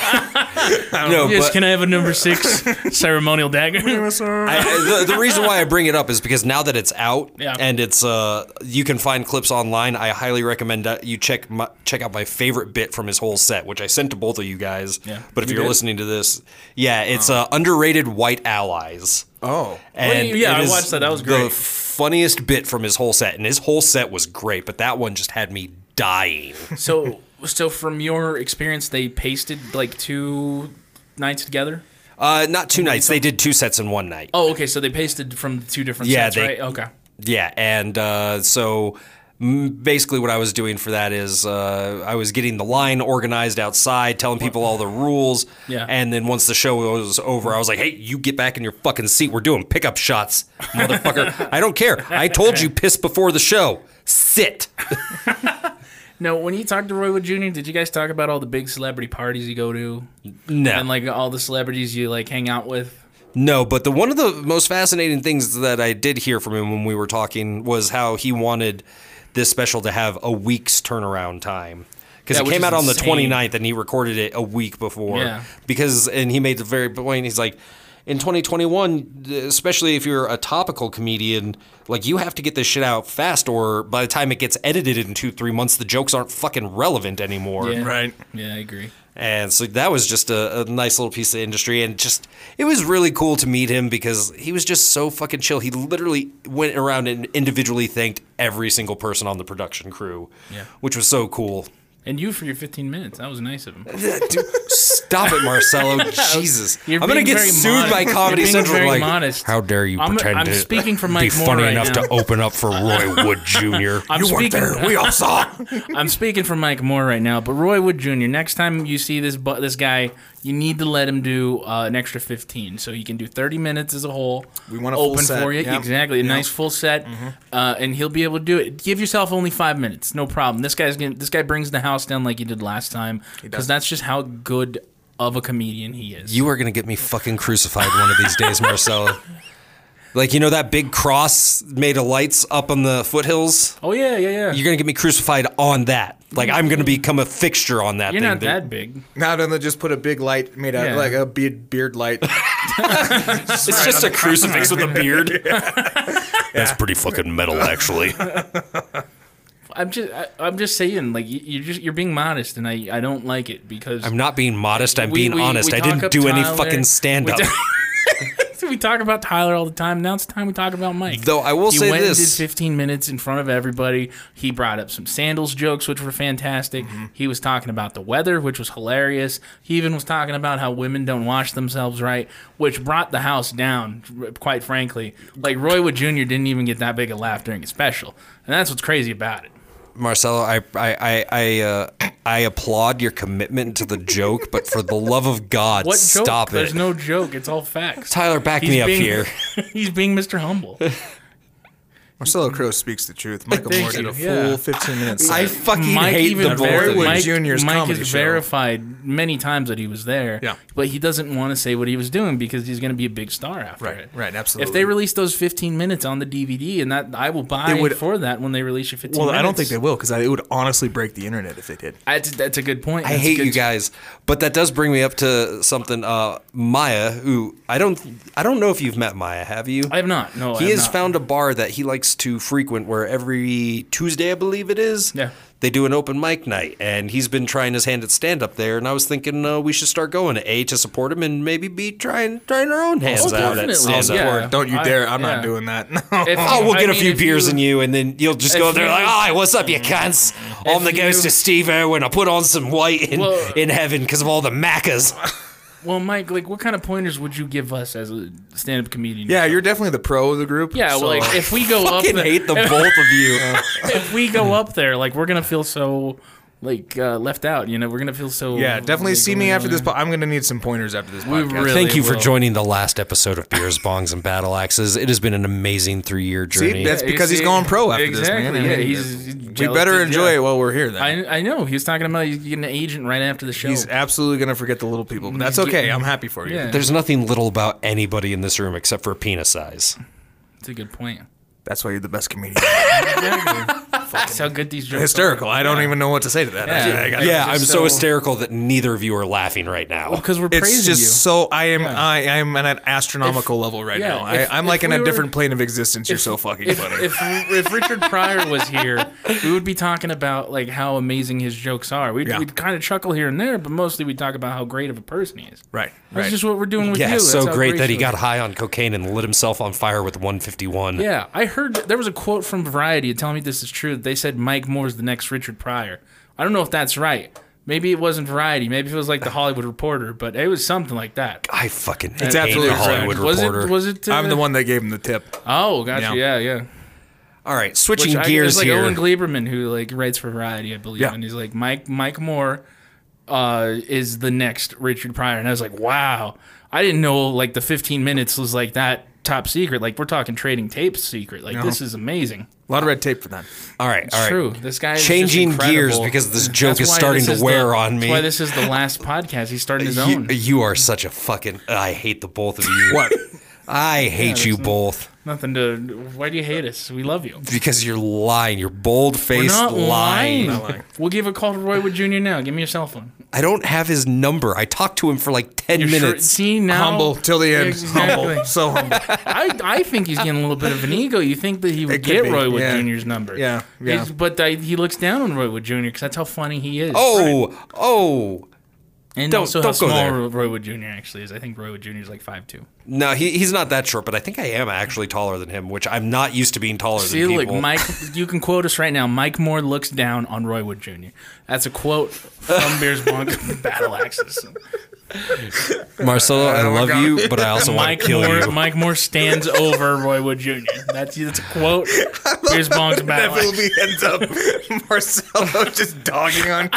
D: Oh, Yes,
C: but
D: can I have a number six ceremonial dagger?
C: I- I- the, the reason why I bring it up is because now that it's out
D: Yeah.
C: and it's uh, you can find clips online. I highly recommend that you check my, check out my favorite bit from his whole set, which I sent to both of you guys.
D: Yeah.
C: But if
D: You
C: you are
D: did? Oh.
C: listening to this, yeah, it's uh, underrated white allies.
E: <laughs> oh,
C: And
D: Well, yeah,
C: it
D: I
C: is
D: watched that. That was
C: The
D: great.
C: funniest bit from his whole set, and his whole set was great, but that one just had me
D: <laughs>
C: dying.
D: so, so from your experience, they pasted like two nights together.
C: Uh, not two nights; they did two sets in one night.
D: Oh, okay. So they pasted from two different
C: Yeah,
D: sets,
C: they-
D: right? Okay.
C: Yeah, and uh, so mm, basically, what I was doing for that is uh, I was getting the line organized outside, telling people all the rules.
D: Yeah.
C: And then once the show was over, I was like, "Hey, you get back in your fucking seat. We're doing pickup shots,
D: <laughs>
C: motherfucker. I don't care. I told you piss before the show. Sit."
D: Now, when you talked to Roy Wood Jr., did you guys talk about all the big celebrity parties you go to
C: No.
D: and like all the celebrities you like hang out with?
C: No, but the one of the most fascinating things that I did hear from him when we were talking was how he wanted this special to have a week's turnaround time. Because
D: Yeah,
C: it
D: which
C: came
D: is
C: out on the
D: insane.
C: 29th and he recorded it a week before.
D: Yeah.
C: Because, and he made the very point, he's like, in 2021, especially if you're a topical comedian, like you have to get this shit out fast, or by the time it gets edited in two, three months, the jokes aren't fucking relevant anymore.
D: Yeah.
E: right.
D: Yeah, I agree.
C: And so that was just a, a nice little piece of industry. And just, it was really cool to meet him because he was just so fucking chill. He literally went around and individually thanked every single person on the production crew,
D: Yeah.
C: which was so cool.
D: And you for your 15 minutes. That was nice of him.
C: Dude, stop it, <laughs> Marcelo. Jesus.
D: You're
C: I'm going
D: being
C: to get
D: very
C: sued
D: modest.
C: by Comedy
D: You're being
C: Central.
D: very
C: like,
D: modest.
C: How dare you
D: I'm-
C: pretend
D: I'm
C: to
D: speaking for
C: be
D: Mike Moore
C: funny
D: right
C: enough
D: now.
C: to open up for Roy Wood jr.
D: <laughs> I'm
E: You weren't
D: speaking-
E: there. We all saw. <laughs>
D: I'm speaking for Mike Moore right now, but Roy Wood Jr. Next time you see this bu- this guy, you need to let him do uh, an extra 15, so you can do 30 minutes as a whole.
E: We want a full
D: open
E: set. Mm-hmm.
D: for you,
E: Yep.
D: exactly. A nice full set, uh, and he'll be able to do it. Give yourself only five minutes, no problem. This guy's gonna, this guy brings the house down like he did last time, because that's just how good of a comedian he is.
C: You are going to get me fucking crucified one of these days, Marcelo. Like you know that big cross made of lights up on the foothills.
D: Oh yeah, yeah, yeah.
C: You're
D: You're,
C: gonna get me crucified on that. Like I'm gonna become a fixture on that. thing.
D: not
C: They're-
D: that big.
E: Not only just put a big light made out
D: Yeah.
E: like a beard, beard <laughs> light.
C: It's just a crucifix with a beard.
D: <laughs>
C: That's pretty fucking metal, actually.
D: I'm just, I, I'm just saying, like you- you're just, you're being modest, and I, I don't like it because
C: I'm not being modest. I'm
D: We-
C: being
D: we-
C: honest.
D: we
C: I
D: talk
C: didn't
D: up
C: do any
D: Tyler.
C: fucking stand
D: We
C: up.
D: do- we talk about Tyler all the time. Now it's time we talk about
C: <laughs>
D: Mike.
C: Though I will
D: he
C: say
D: went and
C: this.
D: did 15 minutes in front of everybody. He brought up some sandals jokes, which were fantastic.
C: Mm-hmm.
D: He was talking about the weather, which was hilarious. He even was talking about how women don't wash themselves right, which brought the house down. r- Quite frankly, like Roy Wood Jr. didn't even get that big a laugh during his special, and that's what's crazy about it.
C: Marcelo, I I I I, uh, I applaud your commitment to the joke, but for the love of God,
D: What joke?
C: stop
D: There's
C: it.
D: no joke. It's all facts.
C: Tyler, back
D: He's
C: me up
D: being-
C: here.
D: <laughs> he's being Mr.
C: <laughs>
D: Humble.
E: Marcelo Crowe speaks the truth. Michael
D: Thank
E: Moore did
D: you,
E: a full
D: yeah.
E: 15 minutes.
C: I fucking
D: Mike
C: hate
D: even
C: the both
D: ver-
C: of you.
D: Mike,
E: Junior's
D: Mike
E: comedy
D: has
E: show.
D: verified many times that he was there.
E: Yeah.
D: But he doesn't want to say what he was doing because he's going to be a big star after
E: Right,
D: it.
E: right, absolutely.
D: If they release those 15 minutes on the DVD, and that I will buy
E: It would-
D: for that when they release your 15
E: well,
D: minutes.
E: I don't think they will because it would honestly break the internet if they did.
D: That's, that's a good point.
C: I
D: That's a
C: hate
D: good-
C: you guys, but that does bring me up to something. Uh, Maya, who I don't I don't know if you've met Maya, have you?
D: I have not. No, I
C: he
D: have
C: has
D: not.
C: found a bar that he likes to frequent where every Tuesday, I believe it is,
D: Yeah.
C: they do an open mic night. And he's been trying his hand at stand up there. And I was thinking uh, we should start going, A, to support him, and maybe B, trying, trying our own hands out at
D: Oh, definitely.
C: stand up.
D: Yeah.
E: Or don't you
D: I-
E: dare! I'm
D: yeah.
E: not doing that. <laughs> No.
D: If-
C: Oh, we'll
D: I
C: get a
D: mean,
C: few
D: if
C: beers
D: you-
C: in you, Mm. and then you'll just
D: if
C: go there
D: you-
C: like, "Hi, what's up, you cunts? I'm the
D: you-
C: ghost of Steve Irwin. I put on some weight in,
D: Well-
C: in heaven because of all the macas."
D: Well, Mike, like, what kind of pointers would you give us as a stand-up comedian?
E: yeah, you're definitely the pro of the group.
D: Yeah,
E: so-
D: well, like if we go up,
C: fucking <laughs>
D: the-
C: hate the both of <laughs> you.
D: <laughs> if we go up there, like we're gonna feel so like uh, left out. You know, we're gonna feel so.
E: yeah, definitely see me after this.
D: podcast.
E: Po- I'm gonna need some pointers after this
D: We
E: podcast.
D: really
C: Thank you for
D: will.
C: joining the last episode of Beers, Bongs, and Battle Axes. It has been an amazing three-year
E: See,
C: journey.
E: that's
D: you
E: because he's
D: see-
E: going pro after
D: Exactly,
E: this, man. I
D: yeah,
E: mean,
D: he's- he's
E: we
D: jealous,
E: better
D: yeah.
E: enjoy it while we're here. Then
D: I, I know he's talking about he's getting an agent right after the show.
E: he's absolutely gonna forget the little people, but that's
D: He's
E: okay.
D: getting-
E: I'm happy for you.
D: Yeah.
C: There's nothing little about anybody in this room except for penis size.
D: That's a good point.
E: That's why you're the best comedian. <laughs>
D: <laughs> That's how good these jokes.
E: Hysterical. I don't even know what to say to that.
D: Yeah.
E: I got-
C: Yeah,
D: just
C: I'm so,
D: so-
C: hysterical that neither of you are laughing right now.
D: because we're
E: It's
D: praising
E: just
D: you.
E: so I am I I am at an astronomical level right
D: yeah,
E: now.
D: if-
E: I, I'm
D: if
E: like in
D: we
E: a
D: were-
E: different plane of existence. You're so fucking
D: If,
E: funny.
D: if if Richard Pryor was here, we would be talking about like how amazing his jokes are. We'd,
E: Yeah.
D: we'd kind of chuckle here and there, but mostly we would talk about how great of a person he is.
E: right.
D: That's
E: Right.
D: just what we're doing with you.
C: Yeah, it's
D: That's
C: so
D: how
C: great that he
D: you are.
C: got high on cocaine and lit himself on fire with 151.
D: Yeah, I heard there was a quote from Variety telling me this is true. They said Mike Moore's the next Richard Pryor. I don't know if that's right. Maybe it wasn't Variety. Maybe it was like the Hollywood Reporter, but it was something like that.
C: I fucking hate
E: absolutely
C: the Hollywood
D: was
C: Reporter.
D: It, was it? Uh,
E: I'm the one that gave him the tip.
D: Oh, gotcha. Yeah,
E: Yeah.
D: yeah.
C: All right,
D: Which
C: switching
D: I,
C: gears
D: it's like
C: here.
D: Owen Gleiberman who like writes for Variety, I believe,
E: Yeah.
D: and he's like Mike Mike Moore uh, is the next Richard Pryor, and I was like, wow, I didn't know like the 15 minutes was like that top secret. Like we're talking trading tapes secret. Like this is amazing.
E: A lot of red tape for that.
C: all right, all right.
D: True. This guy is just
C: Changing
D: incredible.
C: gears because this joke
D: That's
C: is
D: why
C: starting
D: this
C: to
D: is
C: wear
D: the-
C: on me.
D: That's why this is the last podcast. He's starting
C: <laughs>
D: his
C: you,
D: own.
C: you are such a fucking. I hate the both of
D: <laughs>
C: you.
E: What?
C: I hate you both
D: Nothing to. Why do you hate us? We love you.
C: because you're lying. You're bold
D: We're
C: faced
D: not lying.
C: lying.
D: We'll give a call to Roy Wood Jr. now. Give me your cell phone.
C: I don't have his number. I talked to him for like 10
D: You're sure-
C: minutes.
D: see now.
E: humble till the end.
D: Exactly.
E: Humble. So humble.
D: <laughs> I, I think he's getting a little bit of an ego. You think that he would
E: It could
D: get
E: be,
D: Roy Wood
E: yeah.
D: Jr.'s number.
E: Yeah, yeah.
D: He's- but I, he looks down on Roy Wood Jr. because that's how funny he is.
C: oh, oh.
D: and
C: don't-
D: also how
C: don't go
D: small
C: there.
D: Roy Wood Jr. actually is. I think Roy Wood Jr. is like 5'2".
C: No, he, he's not that short, but I think I am actually taller than him, which I'm not used to being taller
D: See,
C: than
D: look,
C: people.
D: Mike, you can quote us right now. Mike Moore looks down on Roy Wood Jr. That's a
C: <laughs>
D: quote from Beers Bonk Battle Axis.
C: Marcelo, I love you, but I
D: <laughs>
C: also want
D: Mike
C: to kill
D: Moore,
C: you.
D: Mike Moore stands over Roy Wood Jr. That's that's a quote.
C: <laughs>
D: Beers Bonk Battle
E: That will
D: Axis. <laughs>
E: be ends up Marcelo just dogging on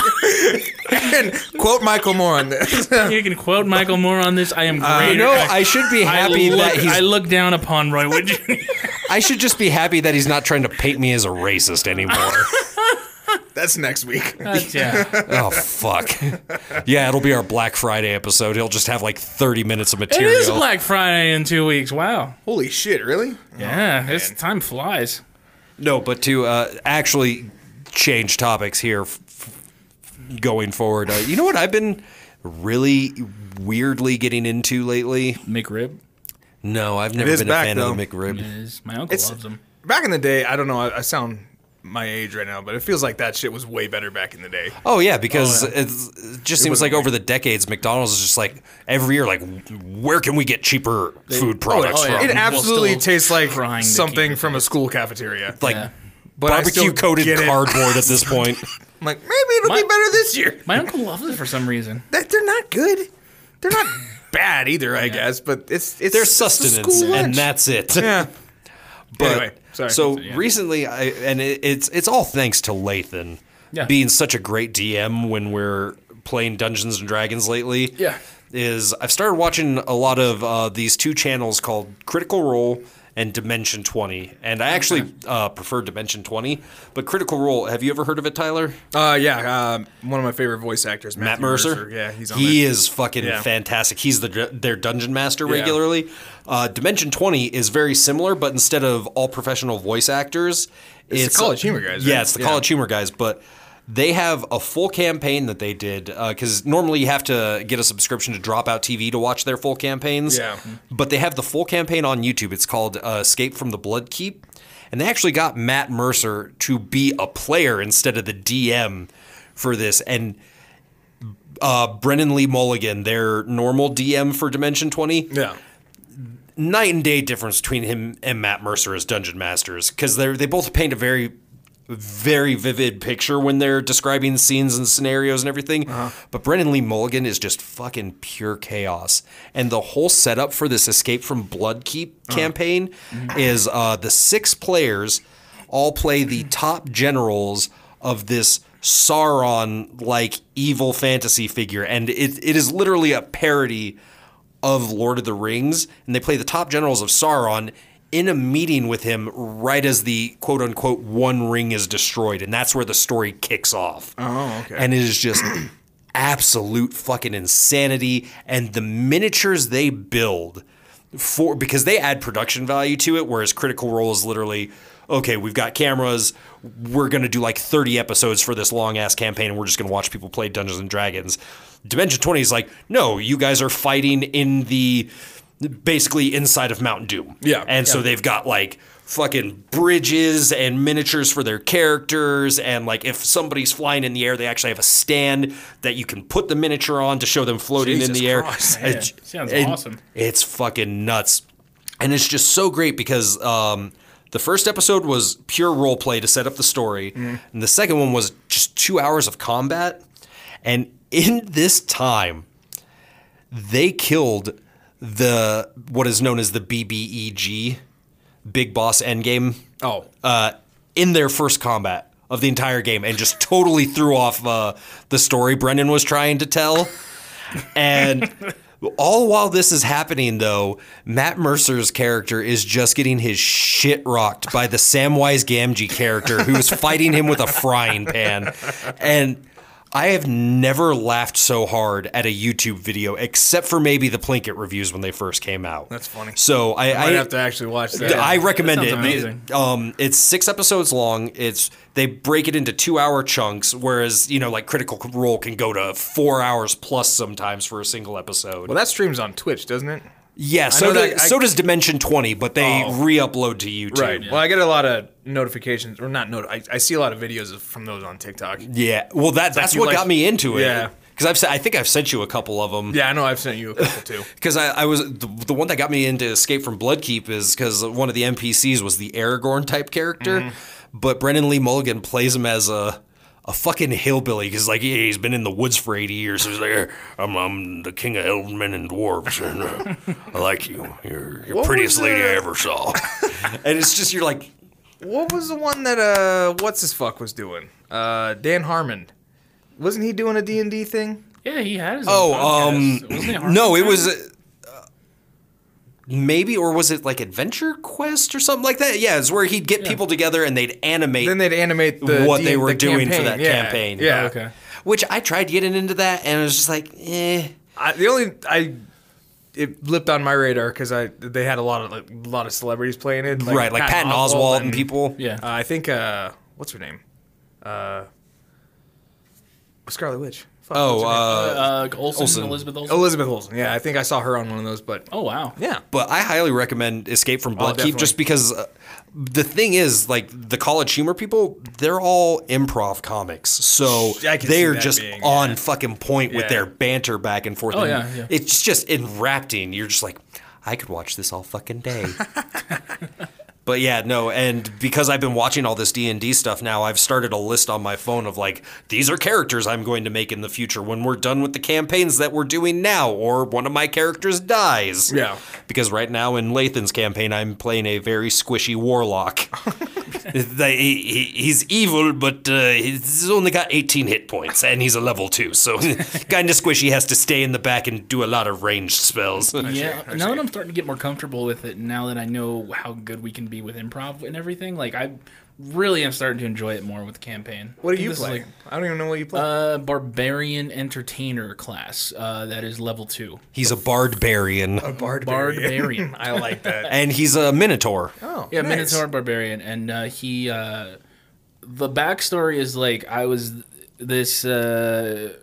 E: <laughs> and quote Michael Moore on this. <laughs>
D: You can quote Michael Moore on this. I am greater.
C: You know, I should be Uh, happy
D: look,
C: that he's.
D: <laughs> I look down upon
C: <laughs>
D: Roy Wood Jr. <laughs>
C: I should just be happy that he's not trying to paint me as a racist anymore.
E: That's next week.
C: <laughs>
D: That's- yeah.
C: Oh fuck. yeah, it'll be our Black Friday episode. He'll just have like 30 minutes of
D: it
C: material.
D: is Black Friday in two weeks. Wow.
E: Holy shit! Really?
C: Oh,
D: Yeah, this time flies.
C: No, but to uh, actually change topics here f- f- going forward. Uh, you know what I've been really weirdly getting into lately?
D: McRib.
C: No, I've never
E: is
C: been
E: back,
C: a fan of the
E: though.
C: McRib.
D: Is. My uncle
E: It's-
D: loves them.
E: Back in the day, I don't know. I, I sound my age right now, but it feels like that shit was way better back in the day.
C: Oh yeah, because it's it just seems
E: wasn't
C: like over the decades, McDonald's is just like every year, like where can we get cheaper food products
D: oh, yeah.
C: from?
E: It
D: People
E: absolutely
D: still
E: tastes like
D: trying to keep
E: something
D: it
E: from a school cafeteria.
C: Like
D: Yeah.
E: But I still
C: barbecue coated
E: get it.
C: cardboard at
E: <laughs>
C: this point.
E: I'm like maybe it'll
D: My-
E: be better this year.
D: My uncle loves it for some reason.
E: That they're not good.
C: <laughs>
E: They're not bad either, I guess. But it's it's
C: Their
E: it's a
C: sustenance,
E: school lunch.
C: and that's it.
E: yeah.
C: But
E: Anyway, sorry.
C: so
D: Yeah.
C: recently, I, and it, it's it's all thanks to Lathan
D: Yeah.
C: being such a great DM when we're playing Dungeons and Dragons lately.
D: Yeah.
C: is I've started watching a lot of uh, these two channels called Critical Role and Dimension Twenty, and I actually uh, prefer Dimension Twenty. But Critical Role, have you ever heard of it, Tyler?
E: Uh, yeah, um, one of my favorite voice actors,
C: Matt
E: Matthew
C: Mercer.
E: Yeah, he's on
C: he
E: there.
C: is fucking
E: Yeah.
C: fantastic. He's the their dungeon master regularly. Uh, Dimension Twenty is very similar, but instead of all professional voice actors, it's,
E: the college humor guys,
C: Yeah,
E: right?
C: it's the
E: Yeah.
C: college humor guys, but. They have a full campaign that they did because normally you have to get a subscription to Dropout TV to watch their full campaigns.
E: Yeah.
C: But they have the full campaign on YouTube. It's called uh, Escape from the Blood Keep. And they actually got Matt Mercer to be a player instead of the DM for this. And uh, Brennan Lee Mulligan, their normal DM for Dimension 20,
E: Yeah.
C: night and day difference between him and Matt Mercer as dungeon masters because they they both paint a very very vivid picture when they're describing scenes and scenarios and everything. But Brennan Lee Mulligan is just fucking pure chaos. And the whole setup for this Escape from Bloodkeep campaign is uh, the six players all play the top generals of this Sauron like evil fantasy figure. And it, it is literally a parody of Lord of the Rings, and they play the top generals of Sauron in a meeting with him right as the quote unquote one ring is destroyed, and that's where the story kicks off. Oh,
E: okay.
C: And it is just absolute fucking insanity. And the miniatures they build for because they add production value to it, whereas Critical Role is literally okay, we've got cameras, we're gonna do like 30 episodes for this long ass campaign, and we're just gonna watch people play Dungeons and Dragons. Dimension 20 is like, no, you guys are fighting in the basically inside of Mount Doom.
E: Yeah.
C: And so they've got like fucking bridges and miniatures for their characters and like if somebody's flying in the air they actually have a stand that you can put the miniature on to show them floating in
E: Jesus
C: the air
E: Christ.
C: And-
D: Yeah, sounds
C: and
D: awesome.
C: it's fucking nuts and it's just so great because um, the first episode was pure role play to set up the story
D: Mm-hmm.
C: and the second one was just two hours of combat and in this time they killed the what is known as the BBEG, Big Boss Endgame,
E: Oh,
C: uh, in their first combat of the entire game, and just totally threw off uh, the story Brendan was trying to tell. And all while this is happening, though, Matt Mercer's character is just getting his shit rocked by the Samwise Gamgee character who is fighting him with a frying pan. And I have never laughed so hard at a YouTube video, except for maybe the Plinkett reviews when they first came out.
E: That's funny.
C: So I,
E: I'd
C: I
E: have to actually watch that.
C: I recommend
D: That
C: it.
D: sounds amazing.
C: The- um, it's six episodes long. It's they break it into two hour chunks, whereas you know, like Critical Role can go to four hours plus sometimes for a single episode.
E: well, that streams on Twitch, doesn't it?
C: yeah, so
E: know
C: does,
E: that I-
C: so does Dimension Twenty, but they
E: Oh.
C: re-upload to YouTube.
E: Well, I get a lot of notifications, or not not. I, I see a lot of videos of- from those on TikTok.
C: Yeah. Well, that that's
E: you
C: what
E: like-
C: got me into it.
E: Yeah.
C: Because I've se- I think I've sent you a couple of them.
E: Yeah, I know. I've sent you a couple too.
C: Because I, I was the, the one that got me into Escape from Bloodkeep is because one of the NPCs was the Aragorn type character,
E: Mm-hmm.
C: but Brennan Lee Mulligan plays him as a a fucking hillbilly because like yeah, he's been in the woods for eighty years. So he's like, I'm, I'm the king of elven and dwarves, and uh, I like you. You're the prettiest
E: was
C: lady I
E: the-
C: ever
E: <laughs>
C: saw. and it's just you're like,
E: <laughs> What was the one that uh, what's his fuck was doing? Uh, Dan Harmon, wasn't he doing a D and D thing? Oh, um,
D: Yeah, he had his.
C: oh, um, no, it was. Uh, Maybe, or was it like Adventure Quest or something like that? Yeah, it's where he'd get people together and they'd animate.
E: Then they'd animate the
C: what
E: the-
C: they were
E: the
C: doing for
E: campaign.
C: that
E: Yeah,
C: campaign.
E: Yeah.
D: Oh, okay.
C: Which I tried getting into that, and I was just like, eh.
E: I, the only I it blipped on my radar because I they had a lot of like, a lot of celebrities playing it,
C: right, like Patton Oswald, and, people.
D: Yeah.
E: Uh, I think uh, what's her name? Uh, Scarlet Witch. Fuck,
C: Oh,
E: what's her name?
C: uh,
D: Uh, Olsen,
C: Olsen.
D: Elizabeth Olsen.
E: Elizabeth Olsen. Yeah, I think I saw her on one of those, but
D: Oh wow.
E: Oh. yeah,
C: but I highly recommend Escape from Bloodkeep
E: Oh, definitely.
C: just because uh, the thing is, like the college humor people, they're all improv comics, so
E: I can see
C: they're
E: that
C: just
E: being-
C: on fucking point with
E: Yeah.
C: their banter back and forth.
D: Oh,
C: and
D: yeah, yeah.
C: It's just enrapturing. You're just like, I could watch this all fucking day. But yeah, no, and because I've been watching all this D and D stuff now, I've started a list on my phone of like these are characters I'm going to make in the future when we're done with the campaigns that we're doing now, or one of my characters dies.
E: Yeah.
C: Because right now in Lathan's campaign, I'm playing a very squishy
E: <laughs>
C: warlock. They- he- he- he's evil, but uh, he's only got 18 hit points, and he's a level two, so <laughs> kind of squishy. Has to stay in the back and do a lot of ranged spells.
D: Yeah.
E: <laughs> I
D: now
E: see.
D: that I'm starting to get more comfortable with it, and now that I know how good we can be with improv and everything, like I really am starting to enjoy it more with the campaign.
E: what
D: I
E: do
D: think
E: you
D: this is
E: play?
D: like,
E: I don't even know what you play.
D: uh, barbarian entertainer class. Uh, that is level two.
C: He's a barbarian,
D: Barbarian.
E: <laughs> I like that.
C: and he's a minotaur.
E: Oh,
D: Yeah,
E: nice.
D: Minotaur Barbarian, and uh, he. Uh, the backstory is like I was this. Uh,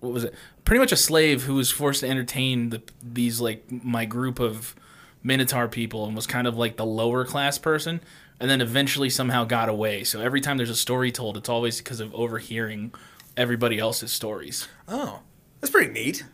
D: what was it? Pretty much a slave who was forced to entertain the, these like my group of Minotaur people, and was kind of like the lower class person, and then eventually somehow got away. So every time there's a story told, it's always because of overhearing everybody else's stories.
E: Oh, that's pretty <laughs> neat.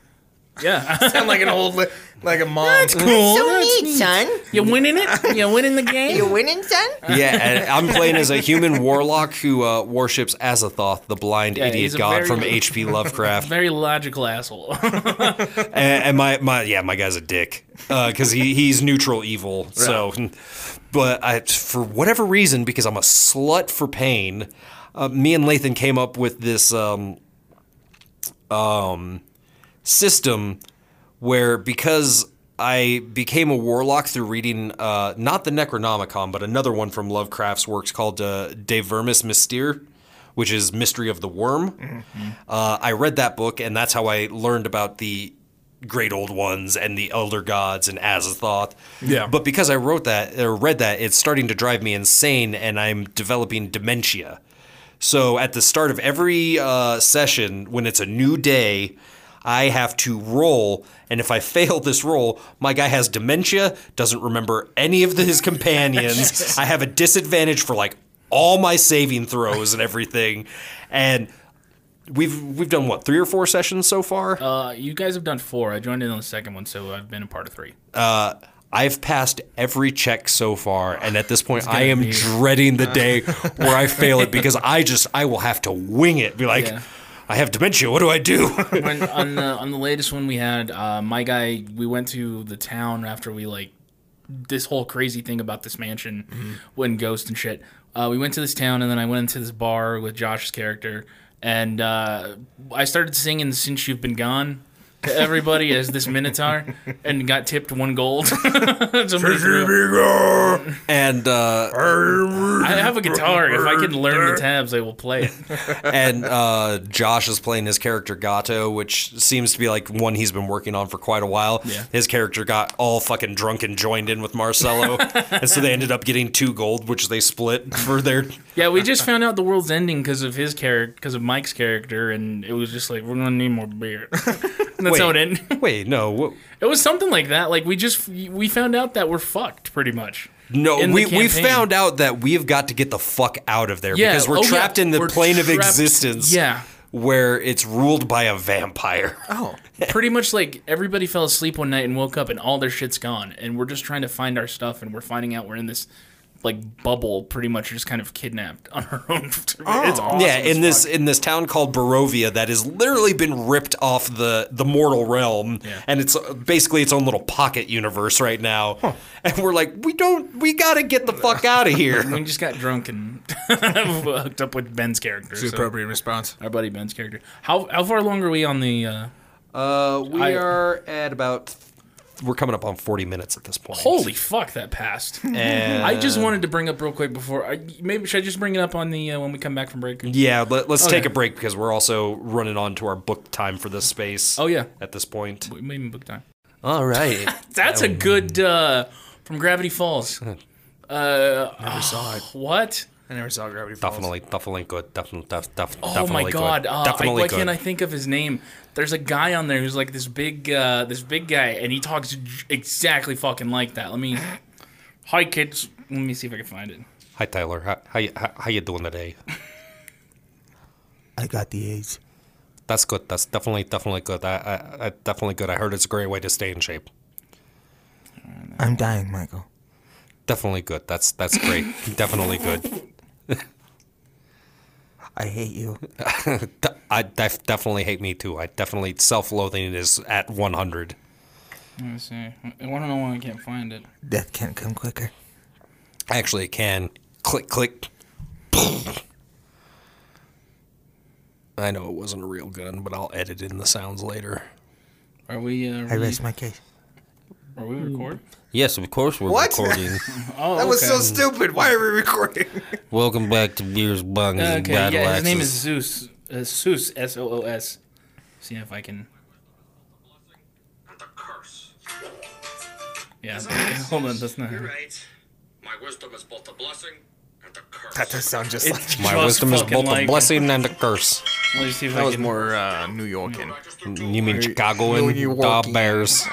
D: Yeah,
E: Sound like an old li- like a mom. That's <laughs> cool.
F: So neat, son.
D: you winning it. You winning the
E: <laughs>
D: game.
F: You winning, son?
C: <laughs> Yeah, and I'm playing as a human warlock who uh, worships Azathoth, the blind
D: Yeah,
C: idiot
D: he's a
C: god
D: very- <laughs>
C: from H.P. Lovecraft.
D: Very logical asshole. <laughs>
C: and, <laughs> and my, my yeah, my guy's a dick because he, he's neutral evil. So, but I, for whatever reason, because I'm a slut for pain, uh, me and Lathan came up with this um, system where because I became a warlock through reading uh, not the Necronomicon, but another one from Lovecraft's works called uh, De Vermis Mystere, which is Mystery of the Worm. Uh, I read that book, and that's how I learned about the Great Old Ones and the Elder Gods and Azathoth.
E: Yeah.
C: But because I wrote that or read that, it's starting to drive me insane, and I'm developing dementia. So at the start of every uh, session, when it's a new day, I have to roll, and if I <laughs> fail this roll, my guy has dementia, doesn't remember any of the, his <laughs> companions. I have a disadvantage for like all my saving throws and everything, and we've we've done what three or four sessions so far.
D: Uh, you guys have done four. I joined in on the second one, so I've been a part of three.
C: I've passed every check so far, and at this point, I am dreading the
D: <laughs>
C: day where I fail it because I just I will have to wing it. Be like,
D: Yeah.
C: I have dementia. What do I do?
D: <laughs> when, on the on the latest one we had, uh, my guy, we went to the town after we like this whole crazy thing about this mansion, when ghost and shit. Uh, we went to this town, and then I went into this bar with Josh's character, and uh, I started singing "Since You've Been Gone." To everybody as this Minotaur, and got tipped one gold. <laughs> Somebody threw-
C: and uh,
D: Er. I have a guitar. If I can learn the tabs, I will play it.
C: and uh, Josh is playing his character Gato, which seems to be like one he's been working on for quite a while.
D: Yeah.
C: His character got all fucking drunk and joined in with
D: <laughs>
C: Marcello, and so they ended up getting two gold, which they split for their.
D: Yeah, we just found out the world's ending because of his character, because of Mike's character, and it was just like we're gonna need more beer. <laughs> And that's how it ended. <laughs>
C: Wait, no, what-
D: It was something like that. Like we just we found out that we're fucked pretty much.
C: No,
D: in the
C: we, we
D: campaign.
C: found out that we've got to get the fuck out of there
D: Yeah,
C: because we're
D: oh, yeah,
C: trapped in the
D: we're
C: plane of
D: trapped-
C: existence
D: yeah.
C: where it's ruled by a <laughs> vampire.
E: Oh,
D: pretty much like everybody fell asleep one night and woke up and all their shit's gone, and we're just trying to find our stuff, and we're finding out we're in this like bubble, pretty much just kind of kidnapped on our <laughs> own. it's
C: Oh.
D: awesome.
C: yeah,
D: as
C: in this
D: fuck.
C: in this town called Barovia that has literally been ripped off the the mortal realm and it's uh, basically its own little pocket universe right now. <laughs> And we're like, we don't we got to get the <laughs> fuck out of here.
D: we just got drunk and <laughs> hooked up with Ben's character. so-
E: appropriate response.
D: Our buddy Ben's character. How how far along are we on the? Uh,
C: Uh, we
D: I-
C: are at about we're coming up on 40 minutes at this point.
D: Holy fuck, that passed.
C: And-
D: I just wanted to bring up real quick before. I, maybe should I just bring it up on the uh, when we come back from break?
C: Yeah, let, let's take
D: Okay.
C: a break because we're also running on to our book time for this space.
D: Oh yeah,
C: At this point.
D: We- maybe book time.
C: All right.
D: That's a good uh, from Gravity Falls. Uh, Never saw it. What?
E: I never saw Gravity
C: <laughs>
E: Falls.
C: definitely, definitely good. Definitely, def, def,
D: Oh
C: definitely
D: my
C: good.
D: god! Uh, I,
C: definitely
D: why
C: good.
D: can't I think of his name? There's a guy on there who's like this big, uh, this big guy, and he talks j- exactly fucking like that. Let me. Hi kids. Let me see if I can find it.
C: Hi Tyler, how, how, you- how, how you doing today?
F: I got the AIDS.
C: That's good. That's definitely, definitely good. I, I, I definitely good. I heard it's a great way to stay in shape.
F: I'm dying, Michael.
C: Definitely good. That's that's great. <laughs> definitely good. <laughs>
F: I hate you.
C: De- I def- definitely hate me too. I definitely self-loathing is at 100.
D: Let me see. I I don't know why I can't find it.
F: Death can't come quicker.
C: Actually, it can. Click, click. I know it wasn't a real gun, but I'll edit in the sounds later.
D: Are we? Uh,
F: I
D: re-
F: rest my case.
D: Are we recording?
G: Yes, of course we're
E: What?
G: recording.
D: Oh,
E: That was
D: okay.
E: so stupid. Why are we recording?
G: Welcome back to Beers, Bungs, and
D: Uh, Okay,
G: Battle
D: yeah, his name is
G: Axes.
D: Zeus. Uh, Zeus, S O O S. See if I can. Yeah, <laughs> hold on, that's not
H: You're
D: him.
H: right. My wisdom is both a blessing and a curse.
E: <laughs> That does sound just like.
C: My
D: Just
C: wisdom is
D: fucking
C: both
D: like
C: a
D: it.
C: blessing and a curse.
D: Let me see if
E: That
D: I
E: was
D: can.
E: more uh, New Yorkin.
C: You mean Chicago and
E: New
C: the
E: Yorkie.
C: Bears?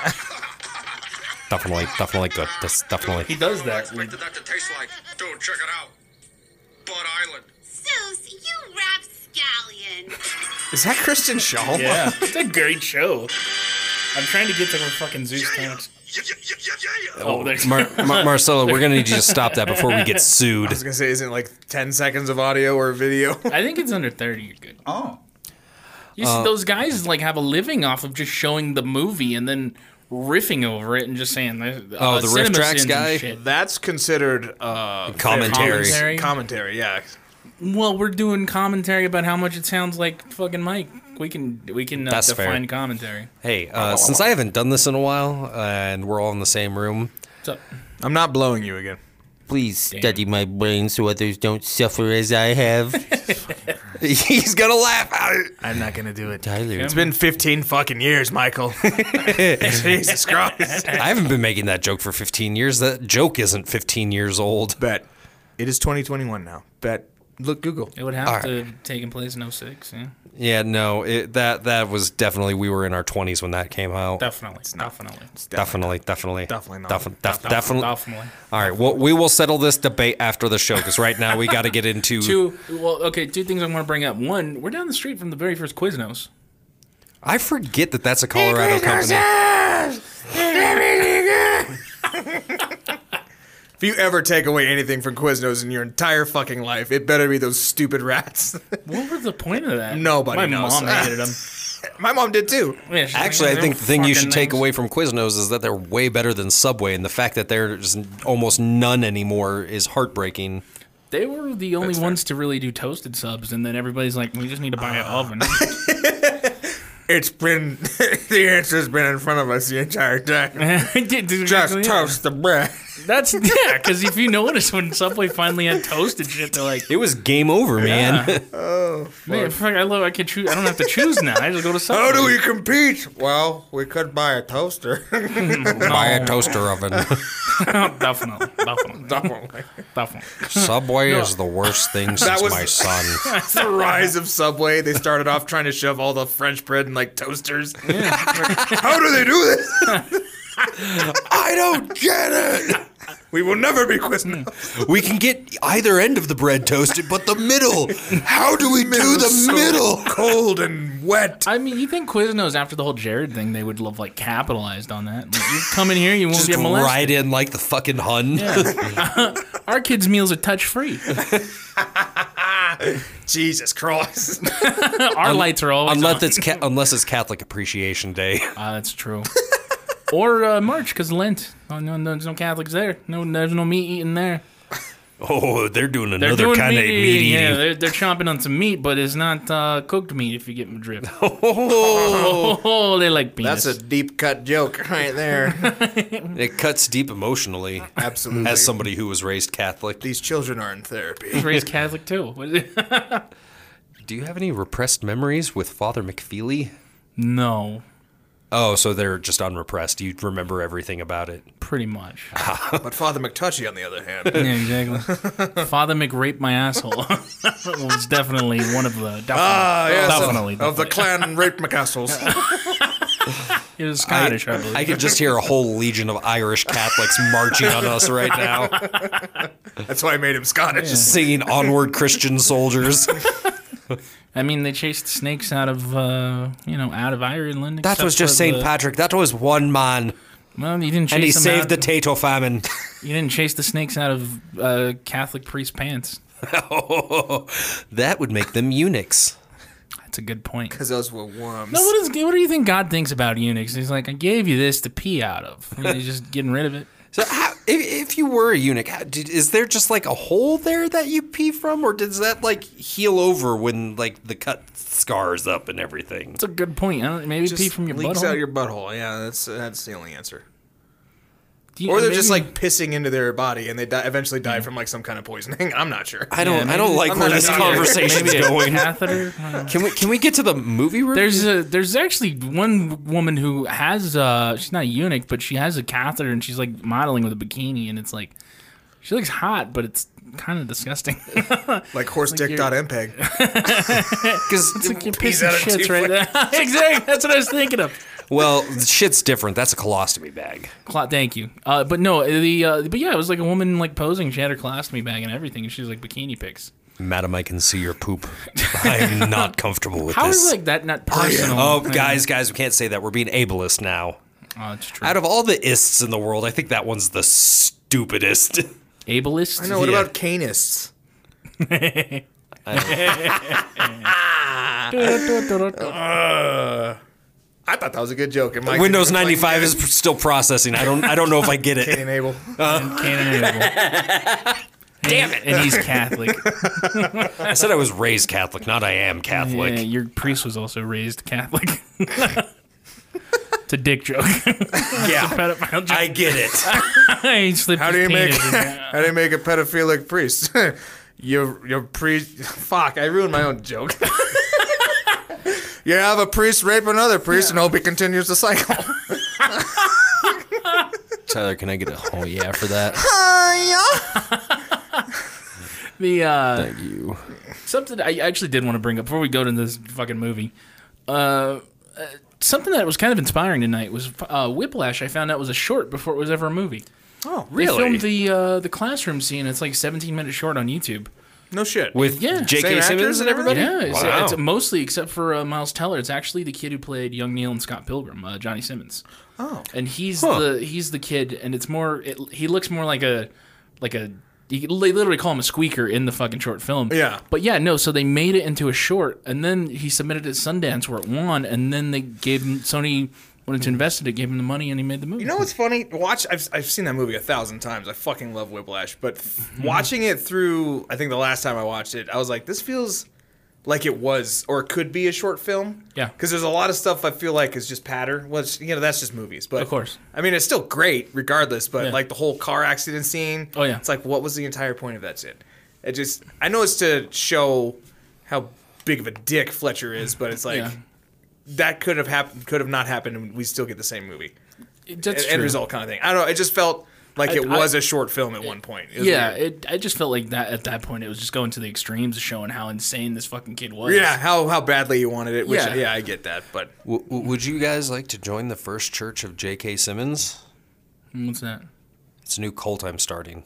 C: definitely, definitely good. That's
D: He
C: definitely.
D: does
H: I
D: that.
H: expected that to taste like. Dude, check it out. Bud Island.
I: Zeus, you rapscallion.
E: Is that Kristen Shaw?
D: Yeah, it's a great show. I'm trying to get to where fucking Zeus talks.
H: Yeah, yeah, yeah, yeah, yeah.
D: Oh, there's. <laughs>
C: Mar- Mar- Marcella, we're gonna need you to stop that before we get sued.
E: I was gonna say, isn't it like ten seconds of audio or video? <laughs>
D: <laughs> I think it's under 30. You're good. Oh. You see, those guys like have a living off of just showing the movie and then riffing over it and just saying. uh,
C: Oh, the riff
D: cinema
C: tracks
D: sins and
C: guy?
D: shit.
E: That's considered uh,
C: Commentary.
D: Commentary.
E: Commentary, yeah.
D: Well, we're doing commentary about how much it sounds like fucking Mike. We can we can uh,
C: That's fair.
D: define commentary.
C: Hey, uh, since I haven't done this in a while, and we're all in the same room,
D: What's up?
E: I'm not blowing you again.
G: Please study my brain so others don't suffer as I have.
C: <laughs> he's gonna laugh at it.
E: I'm not gonna do it.
G: Tyler,
E: It's been 15 fucking years, Michael. Jesus Christ.
C: I haven't been making that joke for 15 years. That joke isn't 15 years old.
E: Bet. It is 2021 now. Bet. Look, Google.
D: It would have
C: All
D: to take in place in 06, yeah.
C: Yeah, no, it, that that was definitely we were in our 20s when that came out.
D: Definitely. Definitely.
C: Definitely, definitely,
E: Definitely not.
C: Defi- def-
D: Definitely.
C: definitely.
D: Definitely.
C: All right, well, we will settle this debate after the show because right now we got to get <laughs> into.
D: Two well, okay, two things I want to bring up. One, we're down the street from the very first Quiznos.
C: I forget that that's a Colorado company.
E: If you ever take away anything from Quiznos in your entire fucking life, it better be those stupid rats. <laughs>
D: What was the point of that?
E: Nobody
D: My
E: knows.
D: mom
C: <laughs>
D: hated them.
E: My mom did too.
C: Actually, I think the thing you should take away from Quiznos is that they're way better than Subway, and the fact that there's almost none anymore is heartbreaking.
D: They were the only ones to really do toasted subs, and then everybody's like, "We just need to buy an
C: Uh.
D: oven." <laughs>
E: It's been, <laughs> the answer's been in front of us the entire <laughs> time. Just toast the bread.
D: That's yeah, because if you notice when Subway finally had toasted shit, they're like,
C: It was game over, man.
D: Man, fuck, I love. I can choose. I don't have to choose now. I just go to Subway.
E: How do we compete? Well, we could buy a toaster.
C: <laughs>
E: <laughs>
C: Buy a toaster oven.
D: definitely, definitely, definitely, definitely.
C: Subway is the worst thing since
E: was-
C: my son.
E: It's the rise of Subway. They started off trying to shove all the French bread in like toasters. <laughs> How do they do this?
C: I don't get it.
E: We will never be Quiznos.
C: We can get either end of the bread toasted, but the middle. How do we do the middle?
E: Cold and wet.
D: I mean, you think Quiznos after the whole Jared thing, they would love like capitalized on that? Like, you come in here, you won't
C: Just
D: get molested.
C: ride in like the fucking Hun.
D: Our kids' meals are touch free.
E: Jesus Christ.
D: <laughs> Our lights are
C: <laughs>
D: always
C: unless
D: on.
C: it's ca- unless it's Catholic Appreciation Day. <laughs>
D: Ah, that's true. or uh, March, because Lent. Oh, no, no, there's no Catholics there. No, there's no meat eating there.
C: Oh, they're doing
D: They're
C: another
D: doing
C: kind of
D: meat
C: meat
D: eating. Yeah,
C: eating.
D: <laughs> they're, they're chomping on some meat, but it's not uh, cooked meat if you get my drift.
C: Oh,
D: Oh, they like penis.
E: That's a deep cut joke right there.
C: it cuts deep emotionally.
E: <laughs> Absolutely.
C: As somebody who was raised Catholic,
E: These children are in therapy.
D: raised Catholic too. What is it? <laughs>
C: do you have any repressed memories with Father McFeely?
D: no,
C: Oh, so they're just unrepressed. You remember everything about it.
D: pretty much.
E: But Father McTouchy, on the other hand,
D: Yeah, exactly. Father McRape my asshole <laughs> was definitely one of the. Definitely,
E: Ah, yes, of-
D: definitely,
E: of, the clan Rape
D: <laughs>
E: McCastles.
D: He was Scottish, I, believe.
C: I could just hear a whole legion of Irish Catholics marching on us right now,
E: That's why I made him Scottish.
C: singing "Onward, Christian Soldiers."
D: I mean, they chased snakes out of uh, you know out of Ireland.
C: That was
D: except
C: just
D: for
C: St.
D: the-
C: Patrick. That was one man,
D: Well, you didn't chase
C: and he
D: them
C: saved
D: out-
C: the Tato famine. <laughs>
D: You didn't chase the snakes out of uh, Catholic priest pants.
C: that would make them eunuchs.
D: That's a good point.
E: Because those were worms.
D: No, what is what do you think God thinks about eunuchs? He's like, I gave you this to pee out of. And he's just getting rid of it.
C: So, how, if, if you were a eunuch, how, did, is there just like a hole there that you pee from, or does that like heal over when like the cut scars up and everything?
D: That's a good point. I don't, maybe
E: Just
D: pee from your
E: leaks
D: butthole.
E: out your butthole. Yeah, that's that's the only answer.
D: Do you-
E: Or they're just
D: maybe-
E: like pissing into their body and they die, eventually die from like some kind of poisoning. <laughs> I'm not sure.
C: I don't. I don't like
E: I'm
C: where
E: not
C: this
E: a doctor.
C: conversation's
E: <laughs>
D: maybe a
C: going.
D: catheter. I don't know.
C: Can we can we get to the movie review?
D: There's a there's actually one woman who has uh she's not a eunuch but she has a catheter and she's like modeling with a bikini and it's like she looks hot but it's kind of
E: <laughs>
D: disgusting.
E: Like horse dick
D: you're-
E: dot
C: <laughs>
E: E mpeg.
C: because
D: You're pissing shits right there. <laughs> exactly. That's what I was thinking of.
C: well, shit's different. That's a colostomy bag.
D: Cla- thank you. Uh, but no, the uh, but yeah, it was like a woman like posing. She had her colostomy bag and everything, and she was like bikini pics.
C: Madam, I can see your poop. I'm not comfortable with
D: How
C: this.
D: is like that not personal?
E: Um,
C: Oh,
D: man?
C: guys, guys, we can't say that. We're being ableist now.
D: oh, it's true.
C: Out of all the ists in the world, I think that one's the stupidest.
D: ableist.
E: I know. What
C: Yeah.
E: about canists? I thought that was a good joke. and Mike-
C: Windows
E: like,
C: 95
E: <laughs>
C: is pr- still processing. I don't. I don't know if I get <laughs>
E: Cain
C: it.
E: and <laughs> Abel.
D: Damn <laughs> it! Oh, And he's Catholic. <laughs>
C: I said I was raised Catholic, not I am
D: Yeah,
C: Catholic.
D: your priest was also raised Catholic. <laughs> it's a dick <laughs> joke.
C: Yeah,
D: Pedophile joke.
C: I get it.
D: <laughs> He slipped
E: How do
D: his
E: you make
D: penis in <laughs> there.
E: how do you make a pedophilic priest? <laughs> you your priest <laughs> fuck, I ruined my own joke. <laughs> you have a priest rape another priest and hope he continues the cycle.
C: Tyler, can I get a oh yeah for that?
D: the uh,
C: Thank you.
D: something I actually did want to bring up before we go to this fucking movie. Uh, uh, something that was kind of inspiring tonight was uh, Whiplash. I found out was a short before it was ever a movie.
E: Oh,
D: They filmed the uh, the classroom scene. It's like 17 minutes short on YouTube.
E: No shit.
C: With
D: Yeah.
C: J.K.
E: Same
C: Simmons
E: actors
C: and
E: and
C: everybody.
D: Yeah, it's,
C: Wow.
D: it's mostly except for uh, Miles Teller. It's actually the kid who played Young Neil and Scott Pilgrim, uh, Johnny Simmons. Oh, and he's the he's the kid, and it's more. It, he looks more like a like a. You could- they literally call him a squeaker in the fucking short film.
E: Yeah.
D: But yeah, no. So they made it into a short, and then he submitted it to Sundance where it won, and then they gave him Sony wanted to invest in it, gave him the money, and he made the movie.
E: you know what's funny? Watch I've I've seen that movie a thousand times. I fucking love Whiplash, but
D: <laughs>
E: watching it through I think the last time I watched it, I was like this feels like it was or could be a short film.
D: Yeah.
E: Because there's a lot of stuff I feel like is just patter. Which you know that's just movies, but
D: Of course.
E: I mean it's still great regardless. But
D: Yeah.
E: like the whole car accident scene.
D: Oh, yeah.
E: It's like what was the entire point of that shit? It just I know it's to show how big of a dick Fletcher is, but it's like
D: Yeah.
E: that could have happened, could have not happened, and we still get the same movie.
D: That's
E: End
D: true.
E: result kind of thing. I don't know. It just felt like it
D: I-
E: was a short film at one point. It was
D: Yeah,
E: weird.
D: it, I just felt like that at that point it was just going to the extremes, of showing how insane this fucking kid was.
E: Yeah, how, how badly you wanted it. Which,
D: Yeah.
E: yeah. I get that. But
C: W- w- would you guys like to join the first church of J.K. Simmons?
D: Mm, What's that?
C: It's a new cult I'm starting,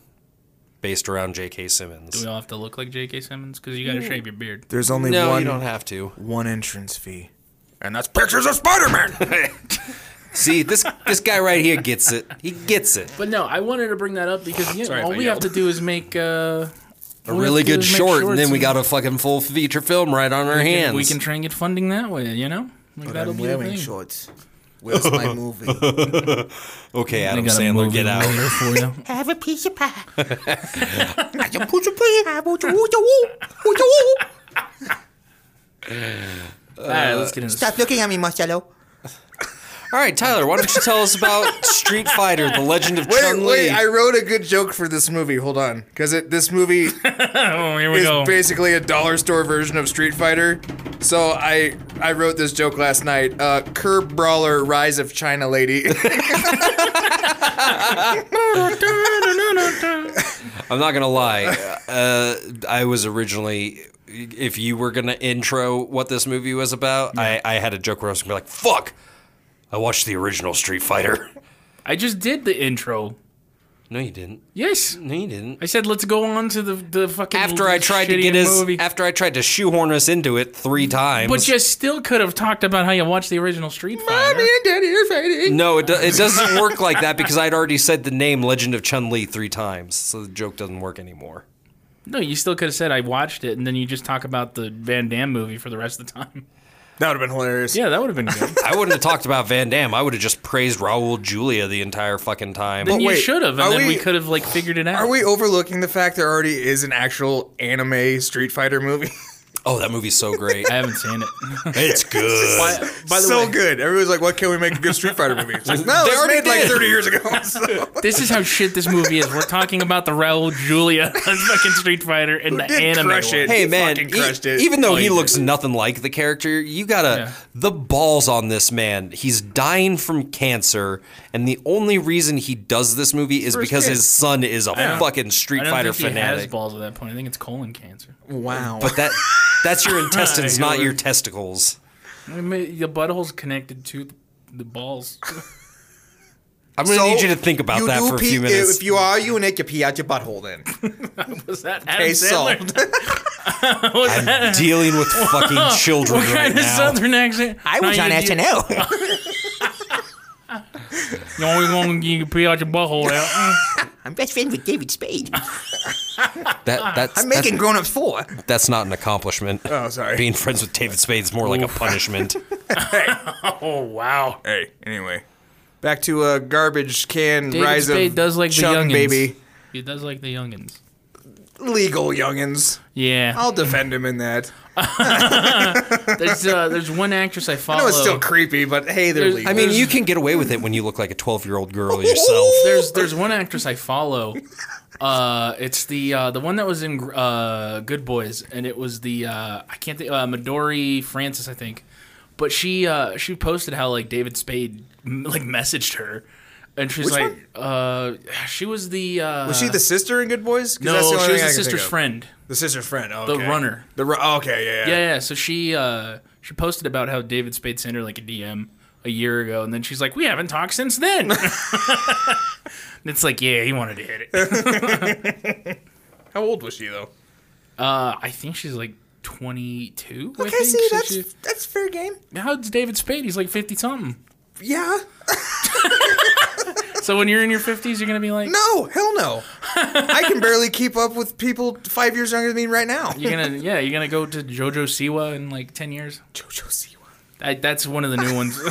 C: based around J.K.
D: Do
C: Simmons.
D: we all have to look like J.K. Simmons? Because you got to shave your beard.
E: there's only
C: No, you don't have to.
E: one entrance fee, and that's pictures of Spider
F: <laughs>
E: Man.
C: See, this this guy right here gets it. He gets it.
D: But no, I wanted to bring that up because yeah,
E: Sorry if
D: all
E: I
D: we
E: yelled.
D: have to do is make uh,
C: A really good short, and then we got
D: to
C: a fucking full feature film right on our
D: we
C: hands.
D: Can, we can try and get funding that way, you know. Like,
F: But I'm
D: the
F: wearing
D: thing.
F: shorts. Where's
E: <laughs>
F: my movie?
C: Okay,
D: I
C: Adam
D: got a
C: Sandler,
D: movie
C: get out.
D: later
C: <laughs>
D: for you.
B: Have a piece of pie.
D: All right, let's get into
F: Stop looking at me, Marcello.
C: All right, Tyler, why don't you tell us about Street Fighter: The Legend of
E: Wait,
C: Chun
E: wait,
C: Li?
E: I wrote a good joke for this movie. Hold on. Because this movie
D: <laughs> Oh, <laughs> here we
E: is
D: go.
E: basically a dollar store version of Street Fighter. So I I wrote this joke last night. Uh, curb brawler, rise of China lady. <laughs>
C: I'm not gonna lie. Uh, I was originally, if you were gonna intro what this movie was about, I, I had a joke where I was gonna be like, "Fuck." I watched the original Street Fighter.
D: I just did the intro.
C: No, you didn't.
D: Yes.
C: No, you didn't.
D: I said let's go on to the the fucking
C: After I tried to
D: shitty
C: get us,
D: movie.
C: after I tried to shoehorn us into it three times.
D: but you still could have talked about how you watched the original Street Fighter.
C: no, it, do, it doesn't work like that because I'd already said the name Legend of Chun Li three times, so the joke doesn't work anymore.
D: No, you still could have said I watched it, and then you just talk about the Van Damme movie for the rest of the time.
E: that would have been hilarious.
D: <laughs> Yeah, that would have been <laughs> good.
C: I wouldn't have talked about Van Damme. I would have just praised Raul Julia the entire fucking time.
D: then you
E: wait,
D: should have, and
E: are
D: then we,
E: we-
D: could have like figured it out.
E: Are we overlooking the fact there already is an actual anime Street Fighter
C: <laughs>
E: movie?
C: Oh, that movie's so
D: <laughs>
C: great.
D: I haven't seen it.
C: it's good.
D: by, by the
E: so
D: way,
E: good. Everyone's like, "What can we make a good Street Fighter movie?" It's
C: <laughs>
E: like, no,
C: They
E: it's
C: already
E: made like
C: did.
E: 30 years ago. <laughs> So.
D: this is how shit this movie is. We're talking about the Raul Julia <laughs> fucking Street Fighter and the
E: did
D: anime.
E: crush
D: one.
E: it.
C: Hey
E: He
C: man,
E: fucking
C: e-
E: crushed it.
C: even though
D: Oh,
C: he
D: he did.
C: looks nothing like the character, you gotta
D: Yeah.
C: the balls on this man. He's dying from cancer, and the only reason he does this movie is because
E: kid.
C: his son is a fucking
D: I
C: Street
D: don't
C: Fighter
D: think he has
C: fanatic.
D: balls at that point. I think it's colon cancer.
E: Wow.
C: But that that's
D: <laughs>
C: your intestines, not
D: Hillary.
C: your testicles.
D: I mean, the butthole's connected to the balls. <laughs>
C: I'm gonna need you to think about that for a few minutes.
D: <laughs>
E: If you are, you and it, you pee out your butthole
C: <laughs>
E: then.
D: Was that Adam
E: Okay,
D: Sandler?
E: solved.
D: <laughs> Was that
C: I'm dealing with fucking children
D: what
C: right
D: kind of
C: now.
D: southern accent?
F: I was
D: No,
F: on
D: you- you-
F: SNL.
D: You always want to pee out your butthole out.
F: I'm best friends with David
E: <laughs>
F: Spade.
C: That, that's,
F: I'm making
C: that's,
F: Grown Ups 4.
C: that's not an accomplishment.
E: Oh, sorry.
C: Being friends with David Spade's more like a
D: <laughs>
C: punishment.
D: Oh wow.
E: hey, anyway. Back to uh, garbage can
D: David
E: rise
D: Spade
E: of
D: does like the
E: Chung
D: youngins.
E: baby.
D: He does like the youngins.
E: Legal youngins.
D: Yeah.
E: I'll defend him in that.
D: There's uh, there's one actress I follow.
E: <laughs> I know it's still creepy, but hey, they're
D: There's-
E: legal.
C: I mean, you can get away with it when you look like a 12 year old
E: <laughs>
C: girl yourself.
D: there's there's one actress I follow. Uh, it's the uh, the one that was in uh, Good Boys, and it was the uh, I can't think uh, Midori Francis, I think. But she uh, she posted how like David Spade m- like messaged her, and she's
E: Which
D: like, uh, she was the uh,
E: was she the sister in Good Boys? 'Cause
D: no,
E: that's the only
D: she was the
E: thing I can think
D: sister's
E: of.
D: friend.
E: The sister's friend. Oh,
D: The
E: okay.
D: runner.
E: The ru- oh, okay, yeah, yeah.
D: Yeah, yeah. So she uh, she posted about how David Spade sent her like a DM a year ago, and then she's like, "We haven't talked since
E: <laughs>
D: then." and it's like, yeah, he wanted to hit it.
E: How old was she though?
D: Uh, I think she's like twenty two. I
E: Okay,
D: think.
E: see,
D: So
E: that's
D: she-
E: that's fair game.
D: how's David Spade? He's like fifty something.
E: Yeah.
D: So when you're in your fifties, you're gonna be like,
E: No, hell no. I can barely keep up with people five years younger than me right now.
D: you're gonna yeah, you're gonna go to JoJo Siwa in like ten years.
E: JoJo Siwa.
D: I, that's one of the new
E: <laughs>
D: ones.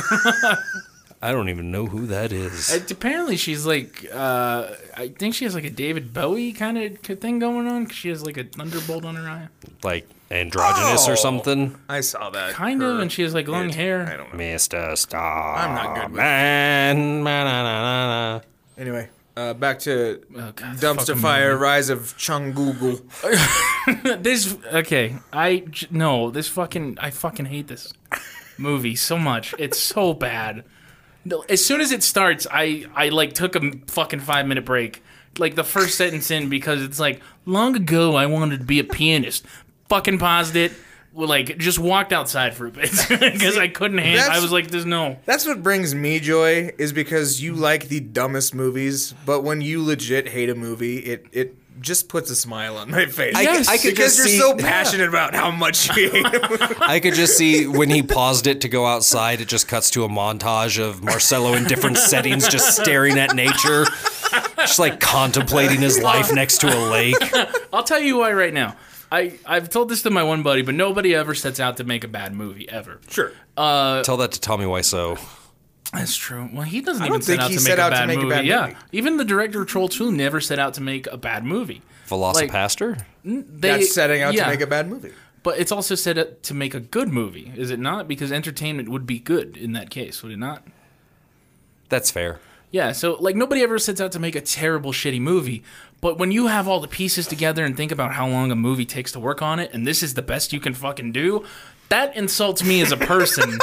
C: I don't even know who that is.
D: It- apparently, she's like, uh, I think she has like a David Bowie kind of thing going on. 'cause she has like a thunderbolt on her eye.
C: Like androgynous
E: Oh.
C: or something.
E: I saw that.
D: Kind of,
E: Her-
D: and she has like long
E: it-
D: hair.
E: I don't know.
C: Mr. Star.
E: I'm not good with-
C: Man. ma- na- na- na- na.
E: Anyway, uh, back to
D: Oh, God,
E: Dumpster
D: fucking
E: Fire, Rise of Chung Google.
D: movie. This okay. I j- no. This fucking. I fucking hate this movie so much. It's so bad. No, as soon as it starts, I I like took a m- fucking five minute break, like the first sentence in because it's like long ago I wanted to be a pianist. Fucking paused it. well, Like just walked outside for a bit <laughs> because I couldn't handle. I
E: that's-
D: was like, "There's no."
E: That's what brings me joy, is because you like the dumbest movies, but when you legit hate a movie, it it just puts a smile on my face.
C: I- Yes. I could
E: because
C: just
E: you're
C: see-
E: so passionate about how much you hate a movie.
C: I could just see when he paused it to go outside, it just cuts to a montage of Marcelo in different settings just staring at nature. Just like contemplating his life next to a lake.
D: I'll tell you why right now. I I've told this to my one buddy, but nobody ever sets out to make a bad movie ever.
E: Sure.
C: Tell that to Tommy Wiseau.
D: That's true. Well, he doesn't
E: I
D: even
E: don't
D: set
E: think
D: out
E: he
D: to
E: set
D: make
E: out
D: a
E: to
D: bad
E: make a
D: movie.
E: bad
D: yeah,
E: movie.
D: even the director of Troll Two never set out to make a bad movie.
C: Velocipaster?
D: They,
E: That's setting out
D: yeah,
E: to make a bad movie.
D: But it's also set up to make a good movie, is it not? Because entertainment would be good in that case, would it not?
C: That's fair.
D: Yeah, so like nobody ever sets out to make a terrible, shitty movie. But when you have all the pieces together and think about how long a movie takes to work on it, and this is the best you can fucking do, that insults me as a
E: <laughs>
D: person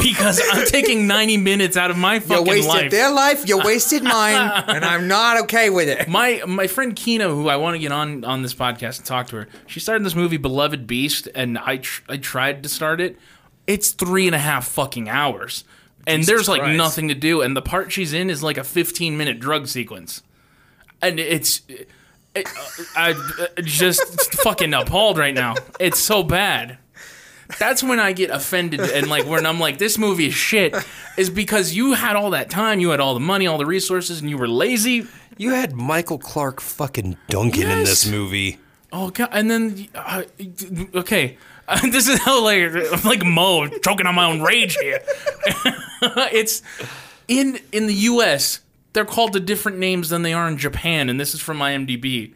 D: because I'm taking 90 minutes out of my
E: You
D: fucking
E: wasted
D: life.
E: their life, you wasted mine, and I'm not okay with
D: <laughs>
E: it.
D: My my friend Kina, who I want to get on on this podcast and talk to her, she started this movie Beloved Beast, and I tr- I tried to start it. It's three and a half fucking hours, and there's like
E: Christ.
D: nothing to do, and the part she's in is like a 15 minute drug sequence, and it's. It, uh, I I'm just fucking appalled right now. It's so bad. That's when I get offended and like when I'm like, this movie is shit, is because you had all that time, you had all the money, all the resources, and you were lazy.
C: You had Michael Clark fucking Duncan in this
D: Yes.
C: movie.
D: Oh god! And then, uh, okay, <laughs> this is how like I'm like Mo choking on my own rage here. <laughs> it's in in the U.S. They're called to different names than they are in Japan, and this is from IMDb.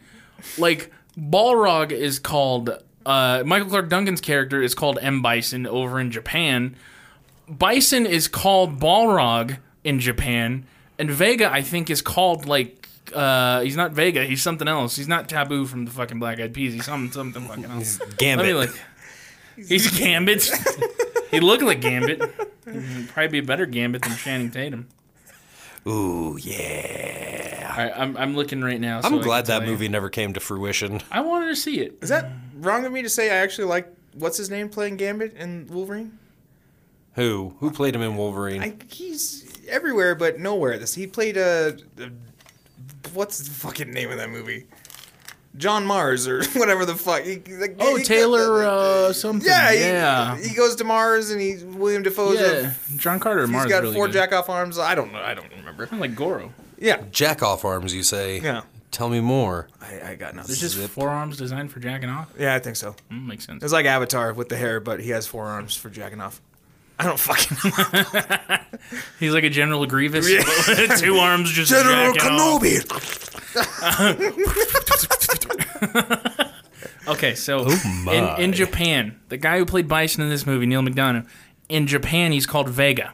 D: Like Balrog is called uh, Michael Clark Duncan's character is called M Bison over in Japan. Bison is called Balrog in Japan, and Vega I think is called like uh, he's not Vega, he's something else. He's not Taboo from the fucking Black Eyed Peas. He's something something fucking else. Let me
C: Gambit.
D: look. He's
E: <laughs>
D: Gambit. he looked like Gambit. He'd probably be a better Gambit than Channing Tatum.
C: Ooh, yeah.
D: All right, I'm I'm looking right now. so I
C: I'm
D: can
C: glad that
D: tell you.
C: movie never came to fruition.
D: I wanted to see it.
E: Is that wrong of me to say I actually like what's his name playing Gambit in Wolverine?
C: Who? Who played him in Wolverine?
E: I, he's everywhere but nowhere. This he played uh, uh, what's the fucking name of that movie? John Mars or <laughs> whatever the fuck. He- like,
D: Oh,
E: he-
D: Taylor uh, something.
E: yeah, he,
D: yeah.
E: He goes to Mars and he William Defoe's
D: yeah.
E: a
D: John Carter.
E: He's
D: Mars
E: got
D: really
E: four
D: good.
E: jack off arms. I don't know. I don't remember.
D: Kinda like Goro.
E: Yeah.
C: Jack off arms, you say?
E: Yeah.
C: Tell me more.
E: I, I got nothing.
D: There's just forearms designed for jacking off.
E: yeah, I think so.
D: Mm, makes sense.
E: It's like Avatar with the hair, but he has four arms for jacking off. I don't
D: <laughs>
E: fucking <laughs> know.
D: He's like a General Grievous. <laughs> Two arms
C: <laughs>
D: just jacking off. Okay, so in, in Japan, the guy who played Bison in this movie, Neil McDonough, in Japan he's called Vega.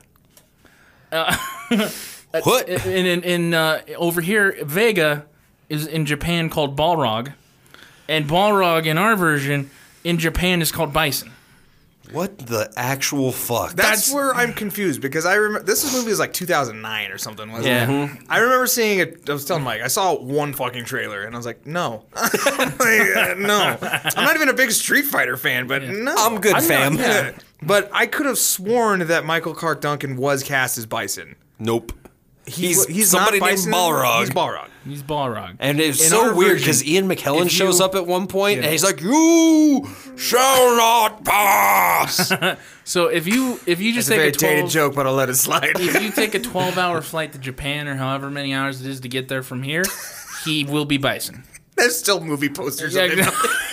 C: What?
D: in in, in uh, over here, Vega is in Japan called Balrog, and Balrog in our version in Japan is called Bison.
C: What the actual fuck?
E: That's, where I'm confused because I remember this movie was like 2009 or something. Wasn't
D: Yeah.
E: It?
C: Mm-hmm.
E: I remember seeing it. I was telling Mike, I saw one fucking trailer and I was like, no, <laughs> Like, uh, no. I'm not even a big Street Fighter fan, but no,
C: I'm good, fam.
E: yeah. But I could have sworn that Michael Clark Duncan was cast as Bison.
C: Nope.
E: He-
C: He's-
E: not
C: somebody named
E: Bison.
C: Balrog.
E: He's Balrog.
D: He's Balrog.
C: And it's
E: In our
C: so weird because
E: version,
C: Ian McKellen
D: if
C: shows
D: you-
C: up at one point and he's like, "You shall not pass."
D: so if you if you just
E: It's a very
D: take a,
E: dated
D: 12
E: joke, but I'll let
C: <laughs>
E: it slide.
D: if you take a 12 hour flight to Japan or however many hours it is to get there from here, he will be Bison.
E: There's still movie posters. of him.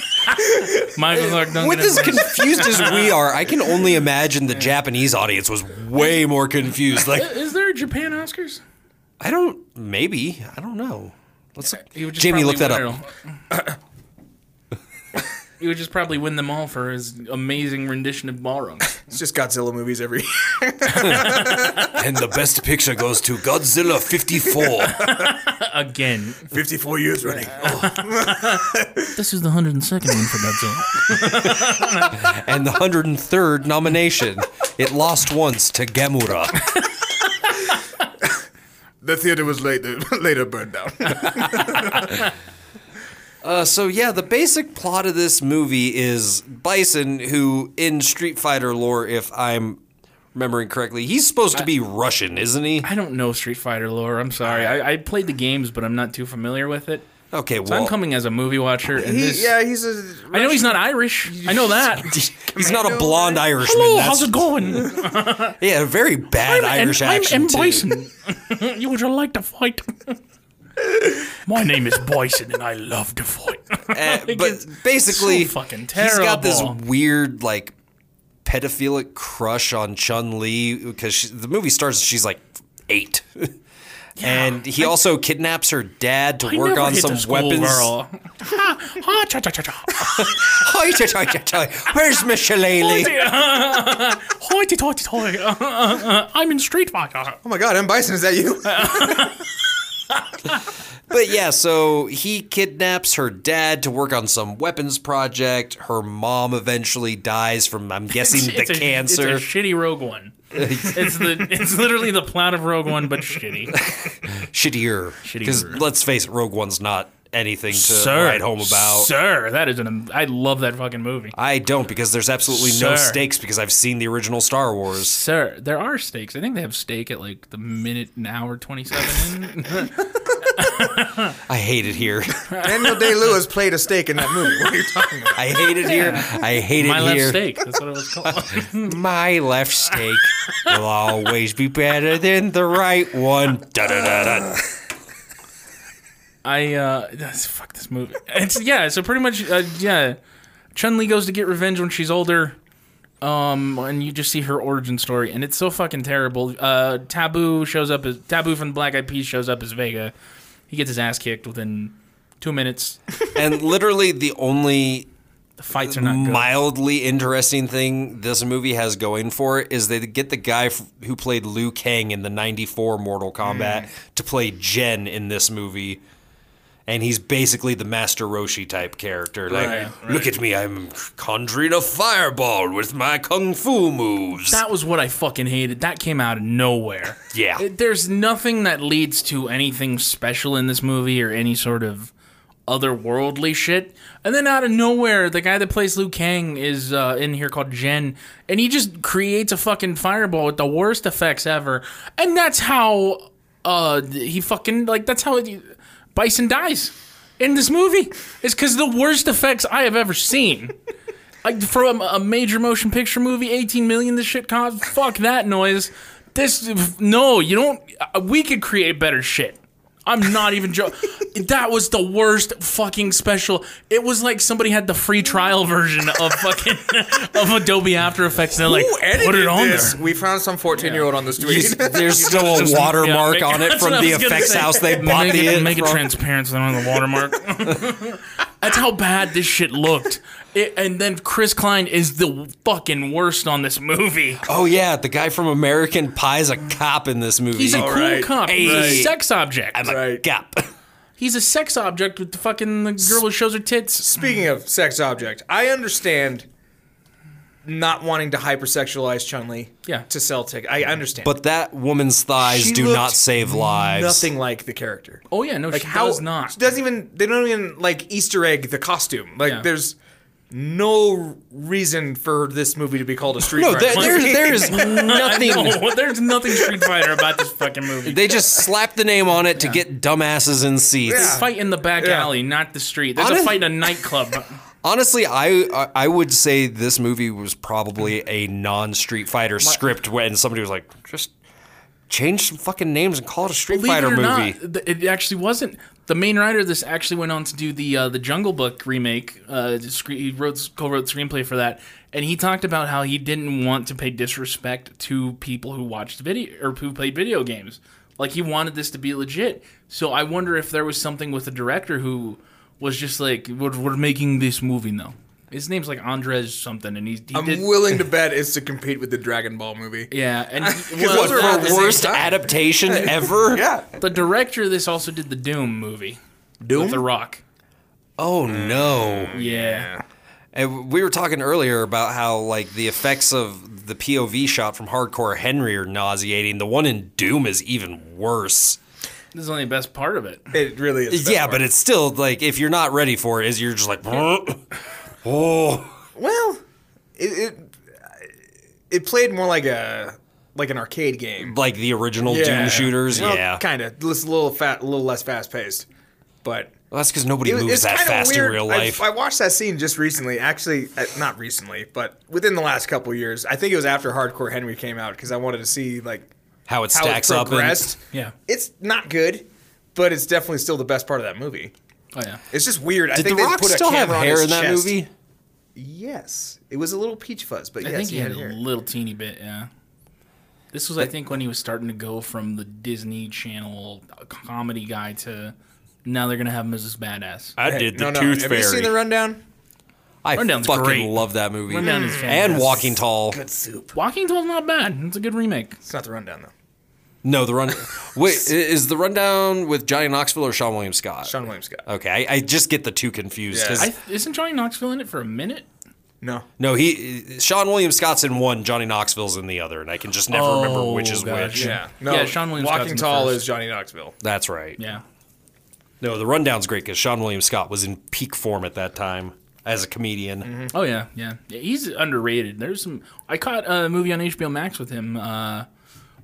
D: <laughs> Michael Clark Duncan.
C: With
D: <laughs> is
C: as
D: Bison.
C: confused as we are, I can only imagine the Japanese audience was way more confused. Like,
D: Is there a Japan Oscars?
C: I don't. Maybe I don't know. Let's.
D: He would just
C: Jamie,
D: probably
C: look that
D: win it all. <laughs> he would just probably win them all for his amazing rendition of Balrog.
E: It's just Godzilla movies every <laughs> year.
C: <laughs> And the best picture goes to Godzilla '54.
D: Again.
E: 54 years
C: <laughs>
E: running.
D: This is the 102nd one for Godzilla.
C: and the 103rd nomination. It lost once to Gamura.
E: The theater was later, <laughs> later
D: <laughs>
E: burned down.
C: Uh, so yeah, the basic plot of this movie is Bison, who in Street Fighter lore, if I'm remembering correctly, he's supposed to be Russian, isn't he?
D: I don't know Street Fighter lore. I'm sorry. I, I played the games, but I'm not too familiar with it.
C: Okay,
D: So
C: well,
D: I'm coming as a movie watcher. And
E: He,
D: this,
E: yeah, he's a.
D: I know he's not Irish. I
C: <laughs>
D: know that.
C: he's not a blonde Irishman.
D: Hello,
C: that's-
D: how's it going?
C: Yeah, a very bad Irish action. too.
D: <laughs> you would you like to fight? My name is Bison, and I love to <laughs> fight.
C: Uh, Eh, but basically,
D: so fucking
C: he's got this
D: terrible.
C: weird like pedophilic crush on Chun Li because she, the movie starts and she's like eight. <laughs> and he also kidnaps her dad to work on some weapons.
B: Ha, cha, cha, cha, cha.
C: <laughs>
D: <laughs>
C: Hi, hi, hi, hi, hi. Where's Miss
D: Oh,
C: Shillelagh?
B: Hoity toity
D: <laughs>
B: toy. Uh, uh, uh, I'm in Street Fighter.
E: Oh my God, M. Bison, is
D: <laughs>
E: that you?
C: But yeah, so he kidnaps her dad to work on some weapons project. Her mom eventually dies from,
D: <laughs>
C: I'm guessing, the
D: a,
C: cancer.
D: It's a shitty Rogue <laughs> One. it's the it's literally the plot of Rogue One, but <laughs> shitty.
C: Shittier. Because
D: Shittier.
C: let's face it, Rogue One's not anything to
D: sir,
C: write home about.
D: Sir, that is an I love that fucking movie.
C: I don't because there's absolutely no
D: Sir.
C: stakes because I've seen the original Star Wars.
D: Sir, there are stakes. I think they have steak at like the minute and hour twenty <laughs> seven.
C: I hate it here. <laughs>
E: Daniel Day Lewis played a steak in that movie. What are you talking about?
C: I hate it
D: <laughs>
C: here. I hate
D: My
C: it
D: left
C: here.
D: steak. That's what it was called.
C: My left steak will always be better than the right one. Da da da da.
D: <laughs> I uh that's, fuck this movie. It's yeah, so pretty much uh, yeah. Chun Li goes to get revenge when she's older. Um, and you just see her origin story, and it's so fucking terrible. Uh, Taboo shows up as Taboo from the Black Eyed Peas shows up as Vega. He gets his ass kicked within two minutes.
C: And literally the only
D: The fights are not good.
C: mildly interesting thing this movie has going for it is they get the guy f- who played Liu Kang in the 94 Mortal Kombat to play Jen in this movie. And he's basically the Master Roshi type character. Like, look at me, I'm conjuring a fireball with my kung fu moves. <laughs>
D: that was what I fucking hated. That came out of nowhere.
C: Yeah.
D: It- there's nothing that leads to anything special in this movie or any sort of otherworldly shit. And then out of nowhere, the guy that plays Liu Kang is uh, in here called Jen, and he just creates a fucking fireball with the worst effects ever. And that's how uh, he fucking like that's how it, Bison dies in this movie. Is because the worst effects I have ever seen. Like from a major motion picture movie, 18 million this shit cost. Fuck that noise. This no, you don't. uh, We could create better shit. I'm not even joking. that was the worst fucking special. It was like somebody had the free trial version of fucking <laughs> of Adobe After Effects. And they're like, put it <laughs> on
E: this?
D: there.
E: We found some 14 year old on the street.
C: There's still a
D: Yeah,
C: watermark
D: make-
C: on it
D: that's
C: from
D: what I
C: the
D: was gonna
C: effects
D: say.
C: house they bought
D: make
C: the
D: it, make it
C: from.
D: transparent so they don't have the watermark. <laughs> That's how bad this shit looked. It, and then Chris Klein is the fucking worst on this movie.
C: Oh yeah, the guy from American Pie's a cop in this movie.
D: He's a cool
E: right.
D: cop. He's
C: Hey.
D: a sex object.
E: <laughs> right.
C: cop.
D: He's a sex object with the fucking the girl who shows her tits.
E: Speaking of sex object, I understand not wanting to hypersexualize Chun Li
D: Yeah.
E: to sell tickets. I understand.
C: But that woman's thighs
E: She
C: do
E: looked
C: not save lives.
E: nothing like the character.
D: Oh yeah, no,
E: like
D: she
E: how
D: does not.
E: She doesn't even they don't even like Easter egg the costume. Like
D: Yeah.
E: there's no reason for this movie to be called a street.
C: No,
E: fighter
C: there, there,
D: <laughs>
E: movie.
C: there is nothing.
D: No, there's nothing Street Fighter about this fucking movie.
C: They just slapped the name on it to get dumbasses in seats.
E: Yeah.
D: fight in the back
E: Yeah.
D: alley, not the street. There's
C: Honest-
D: a fight in a nightclub.
C: Honestly, I I- I would say this movie was
E: Mm-hmm.
C: probably a non Street Fighter script when somebody was like, just change some fucking names and call it a Street
D: Believe
C: Fighter
D: it or
C: movie.
D: not, th- it actually wasn't. The main writer of this actually went on to do the uh, the Jungle Book remake. Uh, the scre- he wrote co-wrote the screenplay for that, and he talked about how he didn't want to pay disrespect to people who watched video or who played video games. Like he wanted this to be legit. So I wonder if there was something with the director who was just like, "We're, we're making this movie now." His name's like Andres something, and he's he
E: I'm
D: did.
E: willing to bet it's to compete with the Dragon Ball movie.
D: yeah, and
E: those
D: well,
E: are at the
C: For
E: same
C: worst
E: time.
C: adaptation ever?
E: Yeah.
D: the director of this also did the Doom movie. Doom with The Rock.
C: Oh no.
D: Yeah.
C: And we were talking earlier about how like the effects of the POV shot from Hardcore Henry are nauseating. The one in Doom is even worse.
D: This is only the best part of it.
E: It really is.
C: yeah, but it's still like if you're not ready for it, is you're just
E: <coughs>
C: like, oh,
E: well, it, it it played more like a like an arcade game.
C: like the original Doom shooters. yeah,
E: kind of. It's a little fat, a little less fast paced, but
C: well, that's because nobody
E: it,
C: moves
E: it's
C: that
E: kinda
C: fast
E: weird.
C: in real
E: I-
C: life.
E: I, watched that scene just recently. Actually, uh, not recently, but within the last couple years. I think it was after Hardcore Henry came out because I wanted to see like
C: how it
E: how
C: stacks
E: it
C: up. And,
E: progressed.
D: Yeah.
E: it's not good, but it's definitely still the best part of that movie.
D: Oh yeah.
E: It's just weird. I
C: did
E: think
C: The
E: they
C: Rock
E: put a
C: still have
E: camera on
C: hair
E: his
C: in that
E: chest.
C: movie?
E: Yes, it was a little peach fuzz, but
D: I
E: yes,
D: think he
E: you
D: had a
E: hair.
D: little teeny bit, yeah. This was, I think, when he was starting to go from the Disney Channel comedy guy to now they're gonna have him as this badass.
J: I did the
E: No, no,
J: Tooth
E: Have
J: Fairy.
E: you seen the rundown?
C: I
D: Rundown's
C: fucking
D: great.
C: love that movie.
D: Rundown is
C: and
D: fantastic.
C: Walking Tall.
E: soup.
D: Walking Tall's not bad. It's a good remake.
E: It's not the rundown though.
C: No, the run. Wait, i- is the rundown with Johnny Knoxville or Sean William Scott?
E: Sean William Scott.
C: Okay, I, I just get the two confused.
E: Yeah.
C: 'cause-
D: I, isn't Johnny Knoxville in it for a minute?
E: No,
C: no, he Sean William Scott's in one, Johnny Knoxville's in the other, and I can just never remember which is
D: gotcha.
C: which.
E: yeah, no.
D: yeah, Sean Williams.
E: Walking Tall is Johnny Knoxville.
C: That's right.
D: Yeah.
C: No, the rundown's great because Sean William Scott was in peak form at that time as a comedian.
D: Oh yeah, yeah, yeah. He's underrated. There's some. I caught a movie on HBO Max with him. Uh,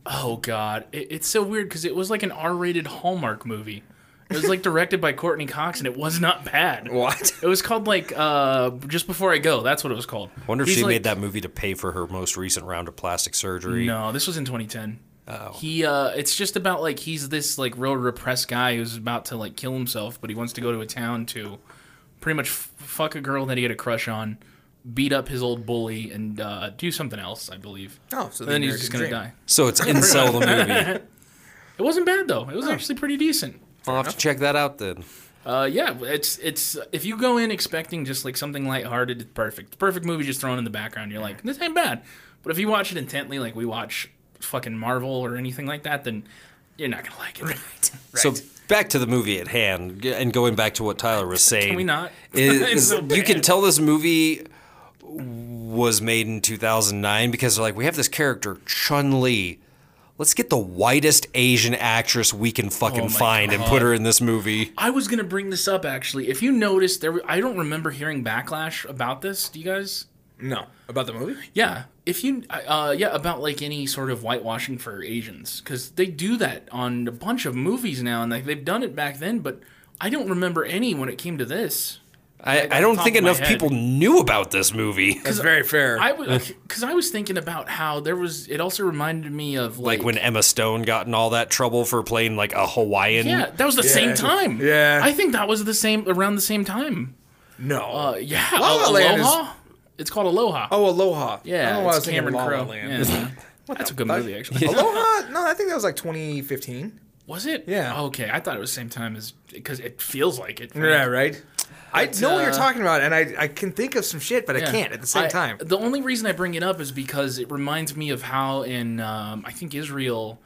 D: oh god, it, it's so weird because it was like an R-rated Hallmark movie. It was like <laughs> directed by Courtney Cox, and it was not bad.
E: What?
D: It was called like uh, just before I go. That's what it was called.
C: Wonder if
D: He's
C: she
D: like-
C: made that movie to pay for her most recent round of plastic surgery.
D: No, this was in 2010. Oh. He uh it's just about like he's this like real repressed guy who's about to like kill himself, but he wants to go to a town to pretty much f- fuck a girl that he had a crush on, beat up his old bully and uh do something else, I believe.
E: Oh, so
D: And
E: the
D: then he's
E: American
D: just going to
E: Dream.
D: die.
C: So
D: <laughs>
C: it's Incel the movie.
D: It wasn't bad though. It was actually pretty decent.
C: I'll have to check that out then.
D: Uh yeah, it's it's if you go in expecting just like something lighthearted, it's perfect. Perfect movie just thrown in the background. You're like, this ain't bad. But if you watch it intently like we watch fucking Marvel or anything like that, then you're not going to like it. Right.
C: So back to the movie at hand, g- and going back to what Tyler was saying.
D: Can we not? <laughs> It's
C: Is,
D: so
C: you can
D: bad.
C: tell this movie was made in 2009 because they're like, we have this character Chun Li. Let's get the whitest Asian actress we can fucking
D: Oh my
C: find and put her in this movie.
D: <laughs> I was gonna bring this up actually. If you noticed, there I don't remember hearing backlash about this. Do you guys?
E: No, about the movie.
D: Yeah. If you, uh, yeah, about like any sort of whitewashing for Asians because they do that on a bunch of movies now, and like they've done it back then, but I don't remember any when it came to this.
C: I, I don't
D: top
C: think
D: of my
C: enough
D: head.
C: people knew about this movie. <laughs>
E: That's very fair.
D: I was because I was thinking about how there was. It also reminded me of like,
C: Like when Emma Stone got in all that trouble for playing like a Hawaiian.
D: Yeah, that was the same time.
E: Yeah.
D: I think that was the same around the same time.
E: no.
D: Uh, yeah,
E: La La Land is-
D: Aloha. It's called Aloha.
E: oh, Aloha. I
D: Yeah,
E: don't know why I
D: it's
E: was thinking
D: Cameron
E: La La
D: Crowe.
E: Land. <laughs>
D: Yeah. That's a good movie, actually.
E: Aloha? No, I think that was like 2015.
D: Was it?
E: Yeah.
D: Okay, I thought it was the same time as because it feels like it.
E: Yeah, right. I know what you're
D: uh,
E: talking about, and I, I can think of some shit, but I
D: Yeah.
E: can't at the same
D: I- uh,
E: time.
D: The only reason I bring it up is because it reminds me of how in um, I think Israel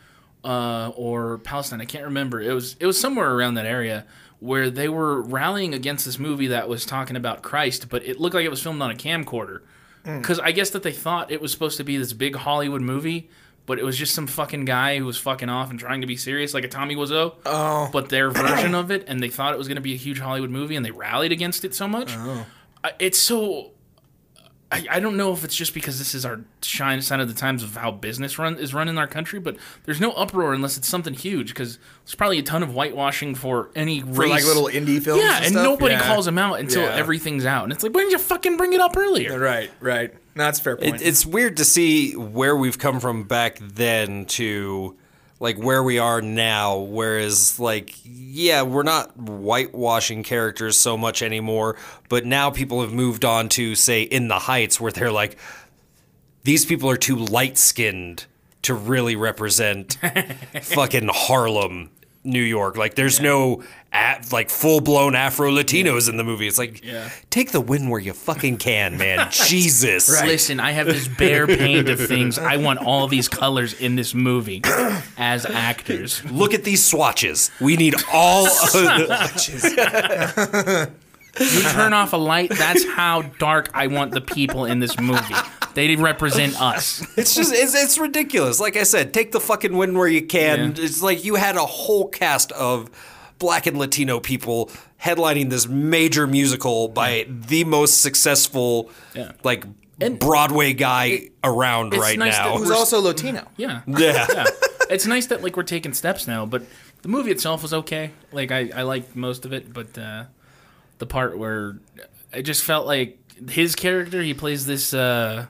D: uh, or Palestine, I can't remember. It was it was somewhere around that area where they were rallying against this movie that was talking about Christ, but it looked like it was filmed on a camcorder.
E: Mm.
D: Because I guess that they thought it was supposed to be this big Hollywood movie, but it was just some fucking guy who was fucking off and trying to be serious, like a Tommy Wiseau. Oh. But their version of it, and they thought it was going to be a huge Hollywood movie, and they rallied against it so much.
E: Oh.
D: I- It's so I, I don't know if it's just because this is our shine sign of the times of how business run is run in our country, but there's no uproar unless it's something huge because there's probably a ton of whitewashing for any
E: For
D: race.
E: like little indie films.
D: yeah,
E: and,
D: and,
E: stuff?
D: nobody
E: Yeah.
D: calls them out until
E: Yeah.
D: everything's out, and it's like, why didn't you fucking bring it up earlier?
E: Right, right. No, that's a fair point.
C: It, it's weird to see where we've come from back then to like where we are now. Whereas, like, yeah, we're not whitewashing characters so much anymore, but now people have moved on to, say, In the Heights, where they're like, these people are too light skinned to really represent fucking Harlem. New York, like there's no at, like full blown Afro Latinos in the movie. It's like, take the win where you fucking can, man. Jesus,
D: Listen, I have this bare paint of things. I want all these colors in this
E: <coughs>
D: movie as actors.
C: Look at these swatches. We need all of the,
D: You turn off a light. That's how dark I want the people in this movie. They represent us.
C: It's just it's, it's ridiculous. Like I said, take the fucking win where you can.
D: Yeah.
C: It's like you had a whole cast of black and Latino people headlining this major musical by the most successful
D: Yeah.
C: like Broadway guy around
D: it's
C: right
D: nice
C: now.
D: that
E: Who's also Latino.
D: Yeah.
C: <laughs> yeah.
D: <laughs> it's nice that like we're taking steps now, but the movie itself was okay. Like I, I liked most of it, but uh, the part where I just felt like his character, he plays this uh,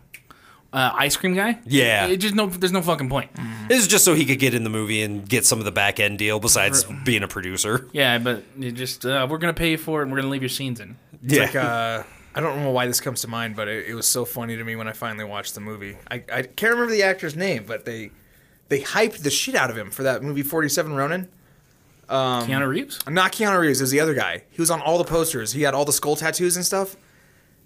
D: uh, ice cream guy.
C: Yeah.
D: it just no, there's no fucking point.
C: This is just so he could get in the movie and get some of the back end deal besides being a producer.
D: Yeah, but it just uh, we're gonna pay you for it, and we're gonna leave your scenes in.
C: Yeah.
E: Like, uh, I don't know why this comes to mind, but it, it was so funny to me when I finally watched the movie. I, I can't remember the actor's name, but they they hyped the shit out of him for that movie Forty Seven Ronin.
D: Keanu Reeves?
E: Not Keanu Reeves. It was the other guy. He was on all the posters. He had all the skull tattoos and stuff.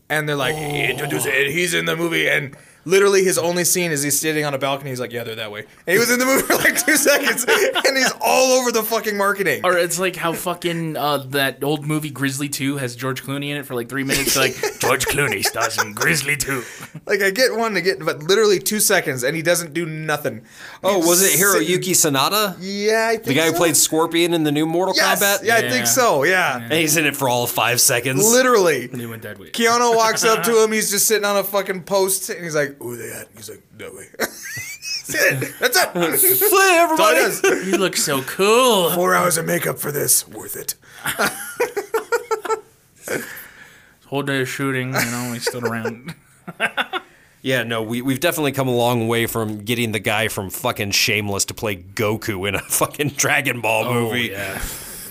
E: And they're like, introduce it. He's in the movie. And literally, his only scene is he's sitting on a balcony. He's like, yeah, they're that way. And he was in the movie for like two <laughs> seconds. And he's all over the fucking marketing.
D: Or it's like how fucking uh, that old movie Grizzly 2 has George Clooney in it for like three minutes. Like, <laughs> George Clooney stars in Grizzly 2.
E: Like, I get one to get, but literally two seconds. And he doesn't do nothing.
C: Oh,
E: He's
C: was it
E: sitting-
C: Hiroyuki Sanada?
E: Yeah, I think
C: The guy who
E: so.
C: played Scorpion in the new Mortal
E: Yes.
C: Kombat?
E: Yeah, I
D: Yeah.
E: think so. Yeah.
C: And he's in it for all of five seconds.
E: Literally.
C: <laughs>
D: They went that way.
E: Keanu walks up to him. He's just sitting on a fucking post, and he's like, "Ooh, they at?" He's like, "That way." <laughs> That's it.
C: <laughs>
E: That's it. That's
C: Flip,
E: all
C: everybody.
E: it is.
D: You look so cool.
E: Four hours of makeup for this. Worth it.
D: Whole day of shooting, you know, we stood around.
C: Yeah, no, we, we've definitely come a long way from getting the guy from fucking Shameless to play Goku in a <laughs> fucking Dragon Ball movie.
D: Oh, yeah.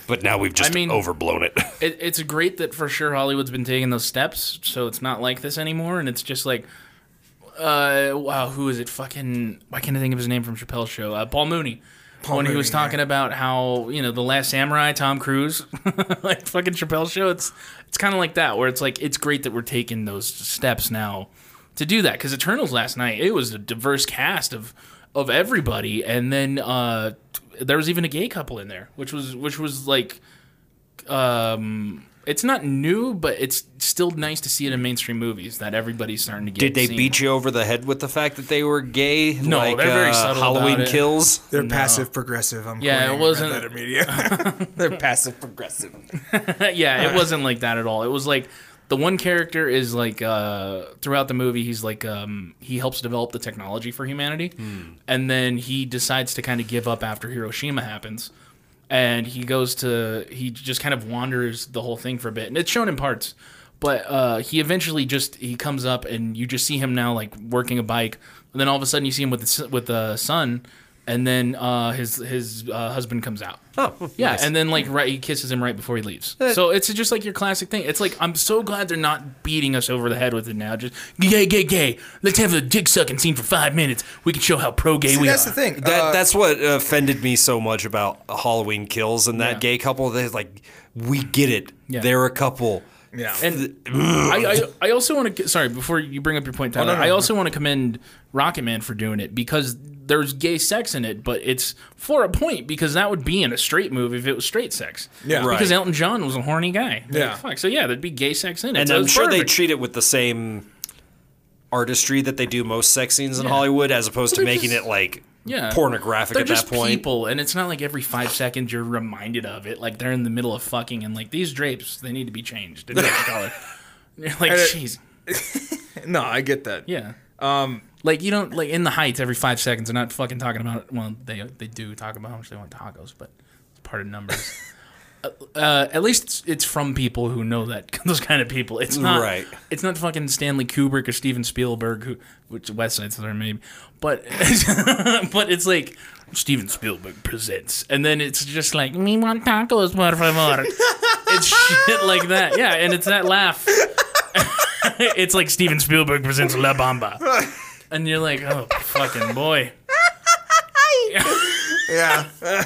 C: But now we've just
D: I mean-
C: overblown
D: <laughs>
C: it.
D: It, it's great that for sure Hollywood's been taking those steps, so it's not like this anymore. And it's just like, uh, wow, who is it? Fucking, why can't I think of his name from Chappelle's show? Uh, Paul Mooney. when he
E: Mooney,
D: was talking about how you know the Last Samurai, Tom Cruise, <laughs> like fucking Chappelle's show. It's it's kind of like that where it's like it's great that we're taking those steps now to do that because Eternals last night it was a diverse cast of of everybody, and then uh, t- there was even a gay couple in there, which was which was like um, it's not new, but it's still nice to see it in mainstream movies that everybody's starting to get.
C: Did they
D: seen.
C: beat you over the head with the fact that they were gay?
D: No,
C: like,
D: they're very
C: uh,
D: subtle about
C: Halloween
D: it.
C: kills.
E: They're passive progressive. I'm
D: Yeah, it
E: coining
D: wasn't-
E: red
C: <laughs>
E: letter media. <laughs> They're passive progressive.
D: <laughs> yeah, it wasn't like that at all. It was like the one character is like uh, throughout the movie, he's like um, he helps develop the technology for humanity, and then he decides to kind of give up after Hiroshima happens, and he goes to he just kind of wanders the whole thing for a bit, and it's shown in parts. But uh, he eventually just he comes up and you just see him now like working a bike, and then all of a sudden you see him with the, s- with the son, and then uh, his his uh, husband comes out.
C: Oh,
D: Yeah, and then like right, he kisses him right before he leaves.
E: Uh,
D: so it's just like your classic thing. It's like I'm so glad they're not beating us over the head with it now. Just gay, gay, gay. Let's have a dick sucking scene for five minutes. We can show how pro gay
E: See,
D: we
E: that's
D: are.
E: the thing.
C: That,
E: Uh,
C: that's what offended me so much about Halloween Kills and that
D: Yeah.
C: gay couple. They're like, we get it.
D: Yeah.
C: They're a couple.
E: yeah.
D: And I, I, I also want to sorry before you bring up your point, Tyler.
E: Oh, no, no,
D: I also want to commend Rocket Man for doing it because there's gay sex in it, but it's for a point because that would be in a straight movie if it was straight sex.
E: Yeah.
D: because
C: Right.
D: Elton John was a horny guy. Like,
E: Yeah.
D: fuck. So yeah, there'd be gay sex in it.
C: And
D: So
C: I'm
D: it's
C: sure they
D: perfect.
C: treat it with the same artistry that they do most sex scenes in Hollywood, as opposed to
D: They're
C: making
D: just-
C: it like
D: yeah.
C: pornographic
D: They're
C: at
D: just
C: that point.
D: people, and it's not like every five seconds you're reminded of it. Like they're in the middle of fucking, and like these drapes, they need to be changed in different color. <laughs> You're like,
E: it-
D: jeez,
E: no, I get that.
D: yeah. Um, like you don't like in the heights every five seconds. They're not fucking talking about. Well, they they do talk about how much they want tacos, but it's part of numbers.
C: <laughs>
D: uh, uh, at least it's, it's from people who know that <laughs> those kind of people. It's not
C: Right.
D: It's not fucking Stanley Kubrick or Steven Spielberg, who which West Side Story maybe, but <laughs> but it's like. Steven Spielberg presents, and then it's just like me want tacos, por favor. it's shit like that, yeah, and it's that laugh. <laughs> it's like Steven Spielberg presents La Bamba and you're like, oh fucking boy.
E: Yeah. <laughs>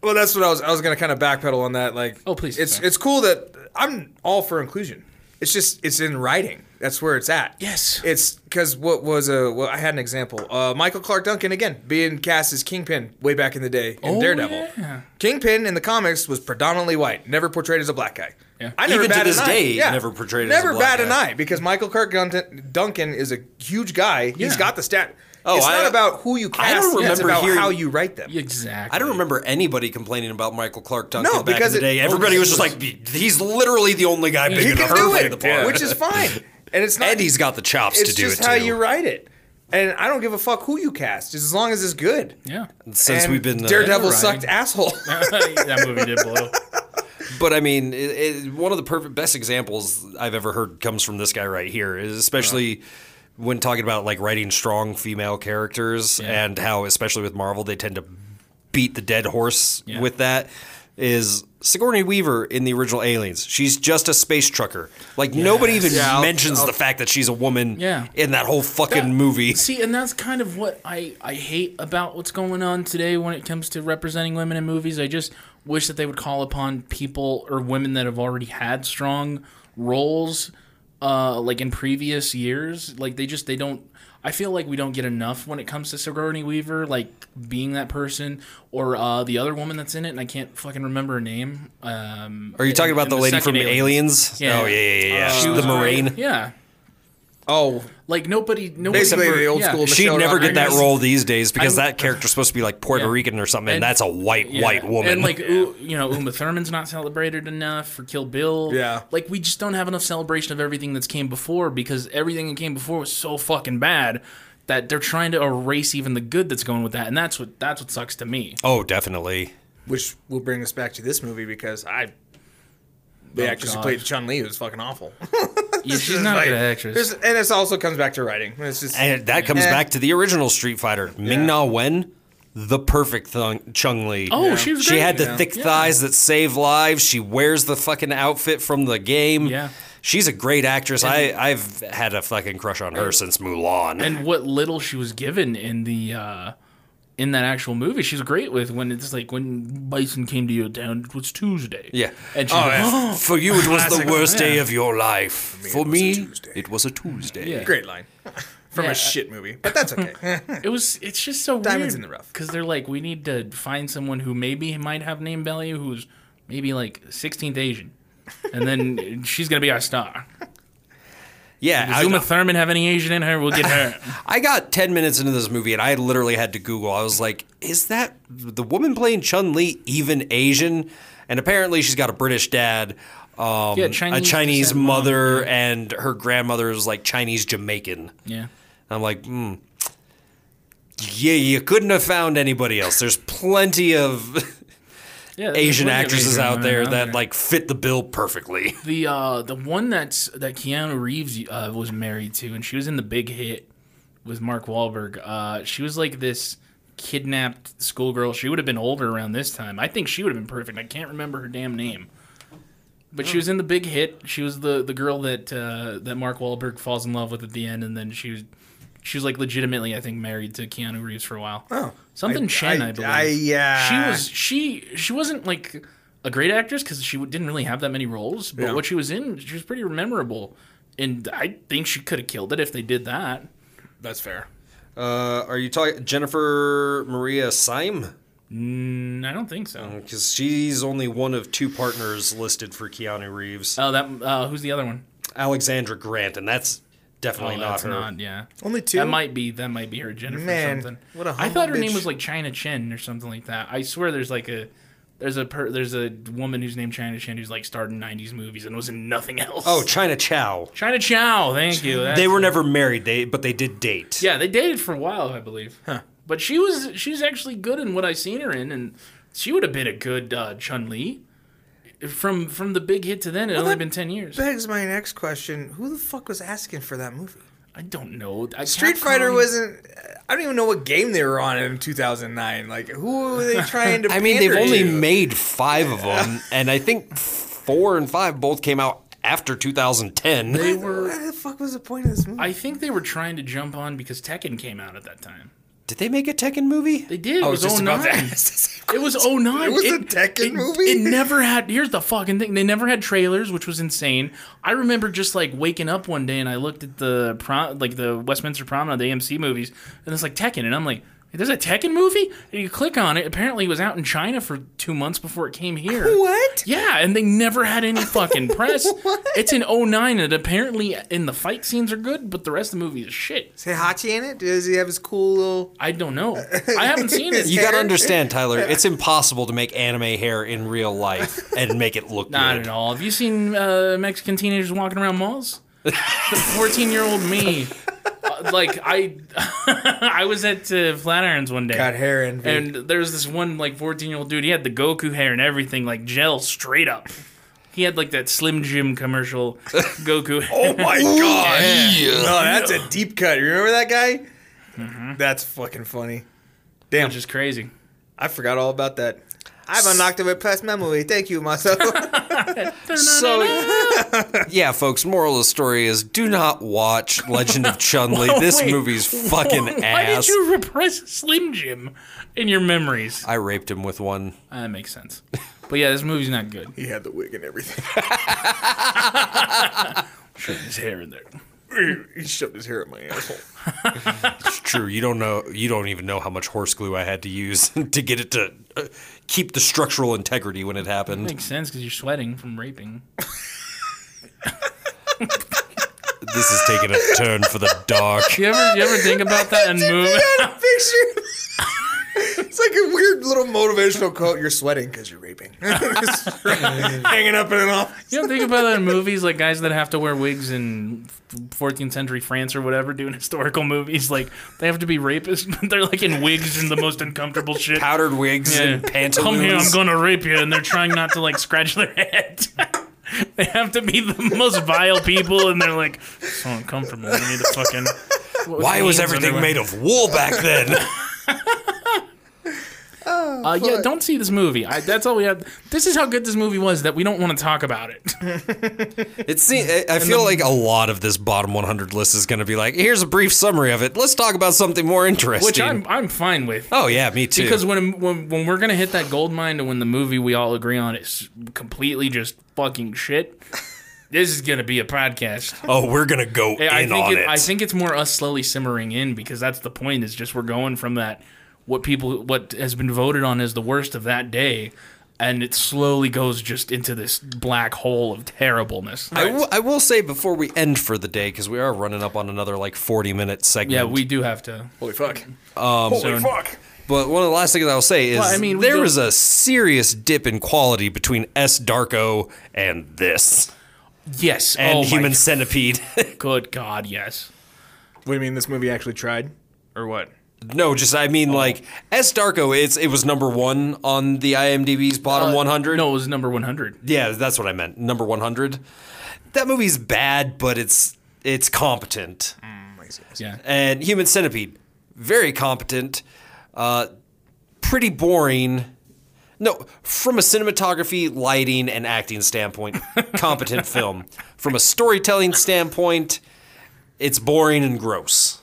E: well, that's what I was. I was gonna kind of backpedal on that. Like,
D: Oh, please,
E: It's
D: sorry.
E: it's cool that I'm all for inclusion. It's just it's in writing. That's where it's at.
D: Yes.
E: It's because what was a well, I had an example. Uh, Michael Clark Duncan again being cast as Kingpin way back in the day in Daredevil.
D: Oh, yeah.
E: Kingpin in the comics was predominantly white, never portrayed as a black guy.
D: Yeah.
E: I never
C: Even to
E: bat
C: this
E: an eye.
C: day,
E: yeah.
C: never portrayed as a
E: never
C: black
E: bat an
C: guy.
E: eye because Michael Clark Duncan, Duncan is a huge guy. He's
D: Yeah.
E: got the stat.
C: Oh,
E: it's
C: I-
E: not about who you
C: I
E: cast.
C: don't
E: it's
C: remember
E: about
C: hearing-
E: how you write them.
D: Exactly.
C: I don't remember anybody complaining about Michael Clark Duncan
E: No,
C: back
E: because
C: in
E: it-
C: the day. Everybody was just like, he's literally the only guy big
E: He
C: enough
E: can
C: to
E: do
C: play
E: it,
C: the part.
E: which is fine. And <laughs> it's not.
C: and he's got the chops
E: it's
C: to do
E: just
C: it
E: how
C: too.
E: you write it. And I don't give a fuck who you cast, just as long as it's good.
D: Yeah. <laughs>
C: Since
E: And
C: we've been uh,
E: Daredevil
D: Right.
E: sucked asshole. <laughs>
D: that movie did blow.
C: But I mean, it, it, one of the perfect best examples I've ever heard comes from this guy right here, is especially when talking about like writing strong female characters and how, especially with Marvel, they tend to beat the dead horse
D: Yeah.
C: with that. is Sigourney Weaver in the original Aliens. She's just a space trucker. Like nobody even
E: Yeah, I'll-
C: mentions
E: I'll-
C: the fact that she's a woman
D: Yeah.
C: in that whole fucking
D: That- <laughs>
C: movie.
D: See, and that's kind of what I, I hate about what's going on today when it comes to representing women in movies. I just wish that they would call upon people or women that have already had strong roles, uh, like in previous years. Like they just they don't. I feel like we don't get enough when it comes to Sigourney Weaver, like being that person, or uh, the other woman that's in it, and I can't fucking remember her name. Um,
C: Are you talking
D: in-
C: about
D: in
C: the, lady
D: second
C: from Aliens?
D: Yeah. Uh,
C: Oh yeah, yeah, yeah. yeah.
D: She
C: the
D: was
C: Marine.
D: great. Yeah,
E: Oh,
D: like nobody, nobody.
E: basically the old
D: yeah.
E: school.
C: She'd
E: Michelle
C: never get that
E: Rodriguez.
C: role these days because
D: I'm-
C: that character's supposed to be like Puerto
D: Yeah.
C: Rican or something, and,
D: And-
C: that's a white,
D: Yeah.
C: white woman. <laughs>
D: And like, U- you know, Uma Thurman's not celebrated enough for Kill Bill.
E: Yeah.
D: Like, we just don't have enough celebration of everything that's came before because everything that came before was so fucking bad that they're trying to erase even the good that's going with that. And that's what that's what sucks to me.
C: oh, definitely.
E: which will bring us back to this movie because I. The
D: Oh,
E: actress who
D: God.
E: played Chun Li was fucking awful.
D: Yeah, <laughs> she's
E: It's
D: not
E: like-
D: a good actress.
E: there's- and it also comes back to writing. It's just
C: And that comes
E: Eh.
C: back to the original Street Fighter. Ming Na Wen, the perfect thung- Chung Li.
D: Oh, she was
C: She
D: great.
C: had the
D: Yeah.
C: thick thighs that save lives. She wears the fucking outfit from the game.
D: Yeah.
C: She's a great actress. I, I've had a fucking crush on her since Mulan.
D: And what little she was given in the. uh in that actual movie, she's great with when it's like when Bison came to your town, it was Tuesday.
C: yeah.
D: And she's like, "Oh,
C: For you, it was the
E: Classic.
C: worst day
D: Yeah.
C: of your life. For
E: was a
C: me,
E: Tuesday.
C: it was a Tuesday.
D: Yeah.
E: great line from
D: Yeah.
E: a shit movie, but
D: <laughs>
E: that's okay.
D: It was. It's just so weird.
E: Diamonds in the rough.
D: Because they're like, we need to find someone who maybe might have name value, who's maybe like 16th Asian, and then <laughs> she's gonna be our star.
C: Yeah.
D: Does
C: I-
D: Uma Thurman have any Asian in her? We'll get <laughs> her.
C: I got 10 minutes into this movie and I literally had to Google. I was like, is that the woman playing Chun Li even Asian? And apparently she's got a British dad, um,
D: Yeah, Chinese
C: a Chinese
D: descent mom,
C: mother, and her grandmother is like Chinese Jamaican.
D: yeah.
C: I'm like, hmm. Yeah, you couldn't have found anybody else. There's plenty
D: <laughs>
C: of
D: Yeah. there's
C: Asian
D: plenty of
C: actresses
D: Asian
C: out
D: women
C: there that like fit the bill perfectly.
D: the uh the one that's that Keanu Reeves uh, was married to, and she was in the Big Hit with Mark Wahlberg. Uh, she was like this kidnapped schoolgirl. She would have been older around this time. I think she would have been perfect. I can't remember her damn name, but she was in the Big Hit. She was the the girl that uh, that Mark Wahlberg falls in love with at the end, and then she was she was like legitimately, I think, married to Keanu Reeves for a while. Oh, something Chen, I,
E: <laughs> I-
D: believe.
E: I- yeah.
D: she was she she wasn't like a great actress because she w- didn't really have that many roles, but
E: Yeah.
D: what she was in, she was pretty memorable, and I think she could have killed it if they did that.
E: that's fair.
C: Uh, are you talking Jennifer Maria Syme?
D: Mm, I don't think
E: Oh.
D: so.
C: Because she's only one of two partners listed for Keanu Reeves.
D: Oh, that uh, who's the other one?
C: Alexandra Grant, and that's definitely
D: Oh,
C: not
D: that's
C: her.
D: not. Yeah,
E: Only two.
D: that might be that might be her Jennifer
E: Man,
D: something.
E: what a
D: I thought her
E: humble
D: name
E: bitch.
D: was like China Chen or something like that. I swear, there's like a there's a per, there's a woman who's named China Chen who's like starred in '90s movies and was in nothing else.
C: Oh, China Chow.
D: China Chow. Thank you. That's-
C: They were never married, they but they did date.
D: Yeah, they dated for a while, I believe. But she was she was actually good in what I seen her in, and she would have been a good uh, Chun Li. From from the big hit to then, it had only
E: that-
D: been ten years.
E: Begs my next question: Who the fuck was asking for that movie?
D: I don't know. I-
E: Street
D: Capcom-
E: Fighter wasn't. I don't even know what game they were on in 2009. Like, who were they trying
C: <laughs>
E: to?
C: I mean, they've
E: pander
C: only
E: to?
C: made five of them, and I think four and five both came out after 2010.
D: They were.
E: What the fuck was the point of this movie?
D: I think they were trying to jump on because Tekken came out at that time.
C: Did they make a Tekken movie?
D: They did. It was,
E: just about
D: 09.
E: to ask the same
D: It was 09.
E: It was a Tekken
D: it-
E: movie?
D: It never had. Here's the fucking thing. They never had trailers, which was insane. I remember just like waking up one day and I looked at the prom, like the Westminster Promenade, the AMC movies, and it's like Tekken, and I'm like. There's a Tekken movie? And you click on it. Apparently, it was out in China for two months before it came here.
E: <laughs> <laughs> What?
D: Yeah, and they never had
E: <laughs>
D: any fucking press. It's in 09, and apparently, in the fight scenes are good, but the rest of the movie is shit.
E: Say Hachi in it? Does he have his cool little?
D: I don't know. I haven't seen
E: <laughs>
D: it.
C: You gotta understand, Tyler, it's impossible to make anime hair in real life and make it look
D: Not
C: good.
D: at all. Have you seen uh, Mexican teenagers walking around malls?
E: <laughs>
D: the fourteen-year-old me, uh, like I, <laughs> I was at uh, Flatirons one day,
E: Got hair
C: <laughs>
E: envy.
D: and there was this one like fourteen-year-old dude. He had the Goku hair and everything, like gel straight up. He had like that Slim Jim
E: <laughs>
D: commercial Goku. <laughs>
E: Oh my god! No, Oh, that's a deep cut. You remember that guy? Mm-hmm. That's fucking funny. Damn,
D: which is crazy.
E: I forgot all about that. I've unlocked it with past memory. Thank you, Marcel.
C: So, <laughs> yeah, folks, moral of the story is do not watch Legend of Chun
D: <laughs>
C: Li. this
D: Wait,
C: movie's fucking
D: why
C: ass.
D: did you repress Slim Jim in your memories? Uh,
C: I raped him with one.
D: That makes sense. But yeah, this movie's not good.
E: <laughs> he had the wig and everything. <laughs>
D: His hair in there.
E: he shoved his hair up my asshole.
C: It's true. You don't know. You don't even know how much horse glue I had to use <laughs> to get it to uh, keep the structural integrity when it
D: <laughs>
C: happened.
D: Makes sense because you're sweating from raping.
C: This is taking a turn for the dark.
D: <laughs> You ever you ever think about
E: <laughs>
D: that and move?
E: Got a picture. <laughs> it's like a weird little motivational quote. You're sweating because you're raping. <laughs> Hanging up in an office.
D: You don't think about that in movies, like guys that have to wear wigs in 14th century France or whatever, doing historical movies. Like they have to be rapists, <laughs> but they're like in wigs and the most uncomfortable shit.
C: Powdered wigs and
D: Yeah.
C: pantaloons.
D: Come here, I'm gonna rape you, and they're trying not to like scratch their head. <laughs> they have to be the most vile people, and they're like so uncomfortable. We need to fucking.
C: <laughs> Why was
D: Jeans
C: everything
D: underwear.
C: made of wool back
D: <laughs>
C: then?
D: Uh, yeah, don't see this movie. I, that's all we have. This is how good this movie was that we don't want to talk about it.
C: It seems, I I feel like a lot of this bottom 100 list is going to be like, here's a brief summary of it. Let's talk about something more interesting.
D: Which I'm I'm fine with.
C: oh, yeah, me too.
D: Because when, when when we're gonna hit that gold mine to when the movie we all agree on is completely just fucking shit, <laughs> this is gonna be a podcast.
C: oh, we're going to go
D: I
C: in
D: think
C: on it.
D: I think it's more us slowly simmering in because that's the point. Is just we're going from that what people what has been voted on as the worst of that day, and it slowly goes just into this black hole of terribleness.
C: I will- I will say before we end for the day, because we are running up on another like 40 minute segment.
D: yeah, we do have to.
E: Holy fuck.
D: soon.
E: Fuck.
C: But one of the last things I'll say is
D: Well, I mean, we
C: there
D: don't-
C: was a serious dip in quality between S. Darko and this,
D: Yes,
C: and
D: oh my
C: Human Centipede. <laughs>
D: Good God, yes.
E: What do you mean this movie actually tried? Or what?
C: No, just I
D: Oh.
C: mean like S Darko. It's it was number one on the IMDb's bottom 100.
D: Uh, No, it was number one hundred.
C: yeah, that's what I meant. Number 100. That movie's bad, but it's it's competent.
D: Yeah.
C: And Human Centipede, very competent, uh, pretty boring. No, from a cinematography, lighting, and acting
D: <laughs>
C: standpoint, competent film. From a storytelling standpoint, it's boring and gross.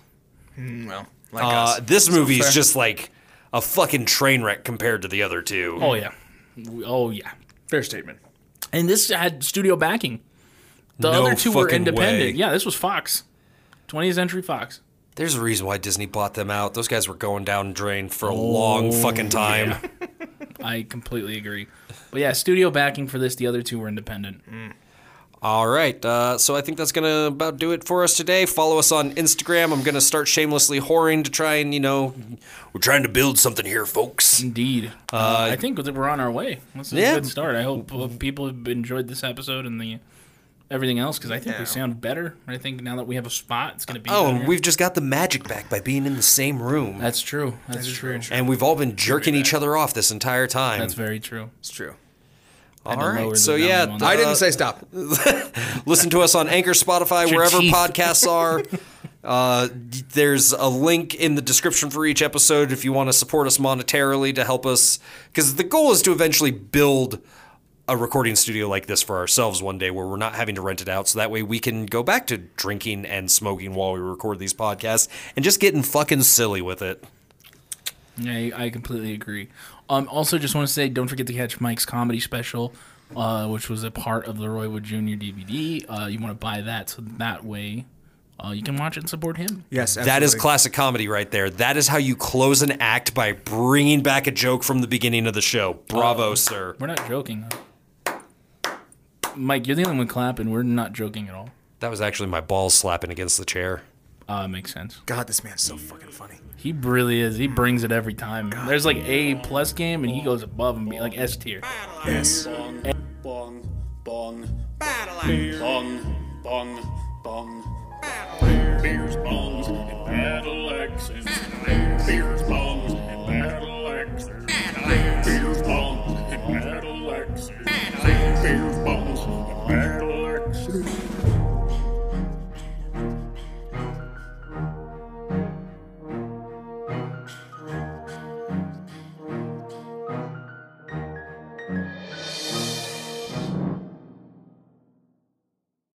E: Well, like
C: Uh,
E: us.
C: this movie is just like a fucking train wreck compared to the other two.
D: Oh yeah. Oh yeah.
E: Fair statement.
D: And this had studio backing. The
C: No
D: other two were
C: fucking
D: independent.
C: way.
D: Yeah, this was Fox. 20th Century Fox.
C: There's a reason why Disney bought them out. Those guys were going down drain for a long fucking time. <laughs>
D: I completely agree. But yeah, studio backing for this. The other two were independent.
C: Mm. All right, uh, so I think that's gonna about do it for us today. Follow us on Instagram. I'm gonna start shamelessly whoring to try and you know, we're trying to build something here, folks.
D: Indeed. Uh, I think that we're on our way. This is
C: Yeah.
D: a good start. I hope uh, people have enjoyed this episode and the everything else because I think we sound better. I think now that we have a spot, it's going to be.
C: Oh,
D: better.
C: and we've just got the magic back by being in the same room,
D: That's true. That's, true.
C: and we've all been jerking each other off this entire time.
D: That's very true.
E: It's true.
C: all
D: to lower
C: right,
D: the
C: so
D: volume
C: yeah,
D: on
C: uh,
E: I didn't say stop.
C: Listen to us on Anchor, Spotify, wherever
D: teeth.
C: podcasts are. Uh, d- there's a link in the description for each episode if you want to support us monetarily to help us. Because the goal is to eventually build a recording studio like this for ourselves one day where we're not having to rent it out. So that way we can go back to drinking and smoking while we record these podcasts and just getting fucking silly with it.
D: I, I completely agree. Um, also, just want to say, don't forget to catch Mike's comedy special, uh, which was a part of the Roy Wood Jr. DVD. Uh, you want to buy that so that way uh, you can watch it and support him.
E: Yes,
C: That is
E: absolutely.
C: classic comedy right there. That is how you close an act by bringing back a joke from the beginning of the show. Bravo, sir.
D: We're not joking. Mike, you're the only one clapping. We're not joking at all.
C: That was actually my balls slapping against the chair.
D: Uh, makes sense.
E: God, this man's so fucking funny.
D: He really is. He brings it every time. There's like A plus game, and he goes above and be like S tier.
E: Yes.
A: Bong, bong, battle bong, bong, bong, battle beers,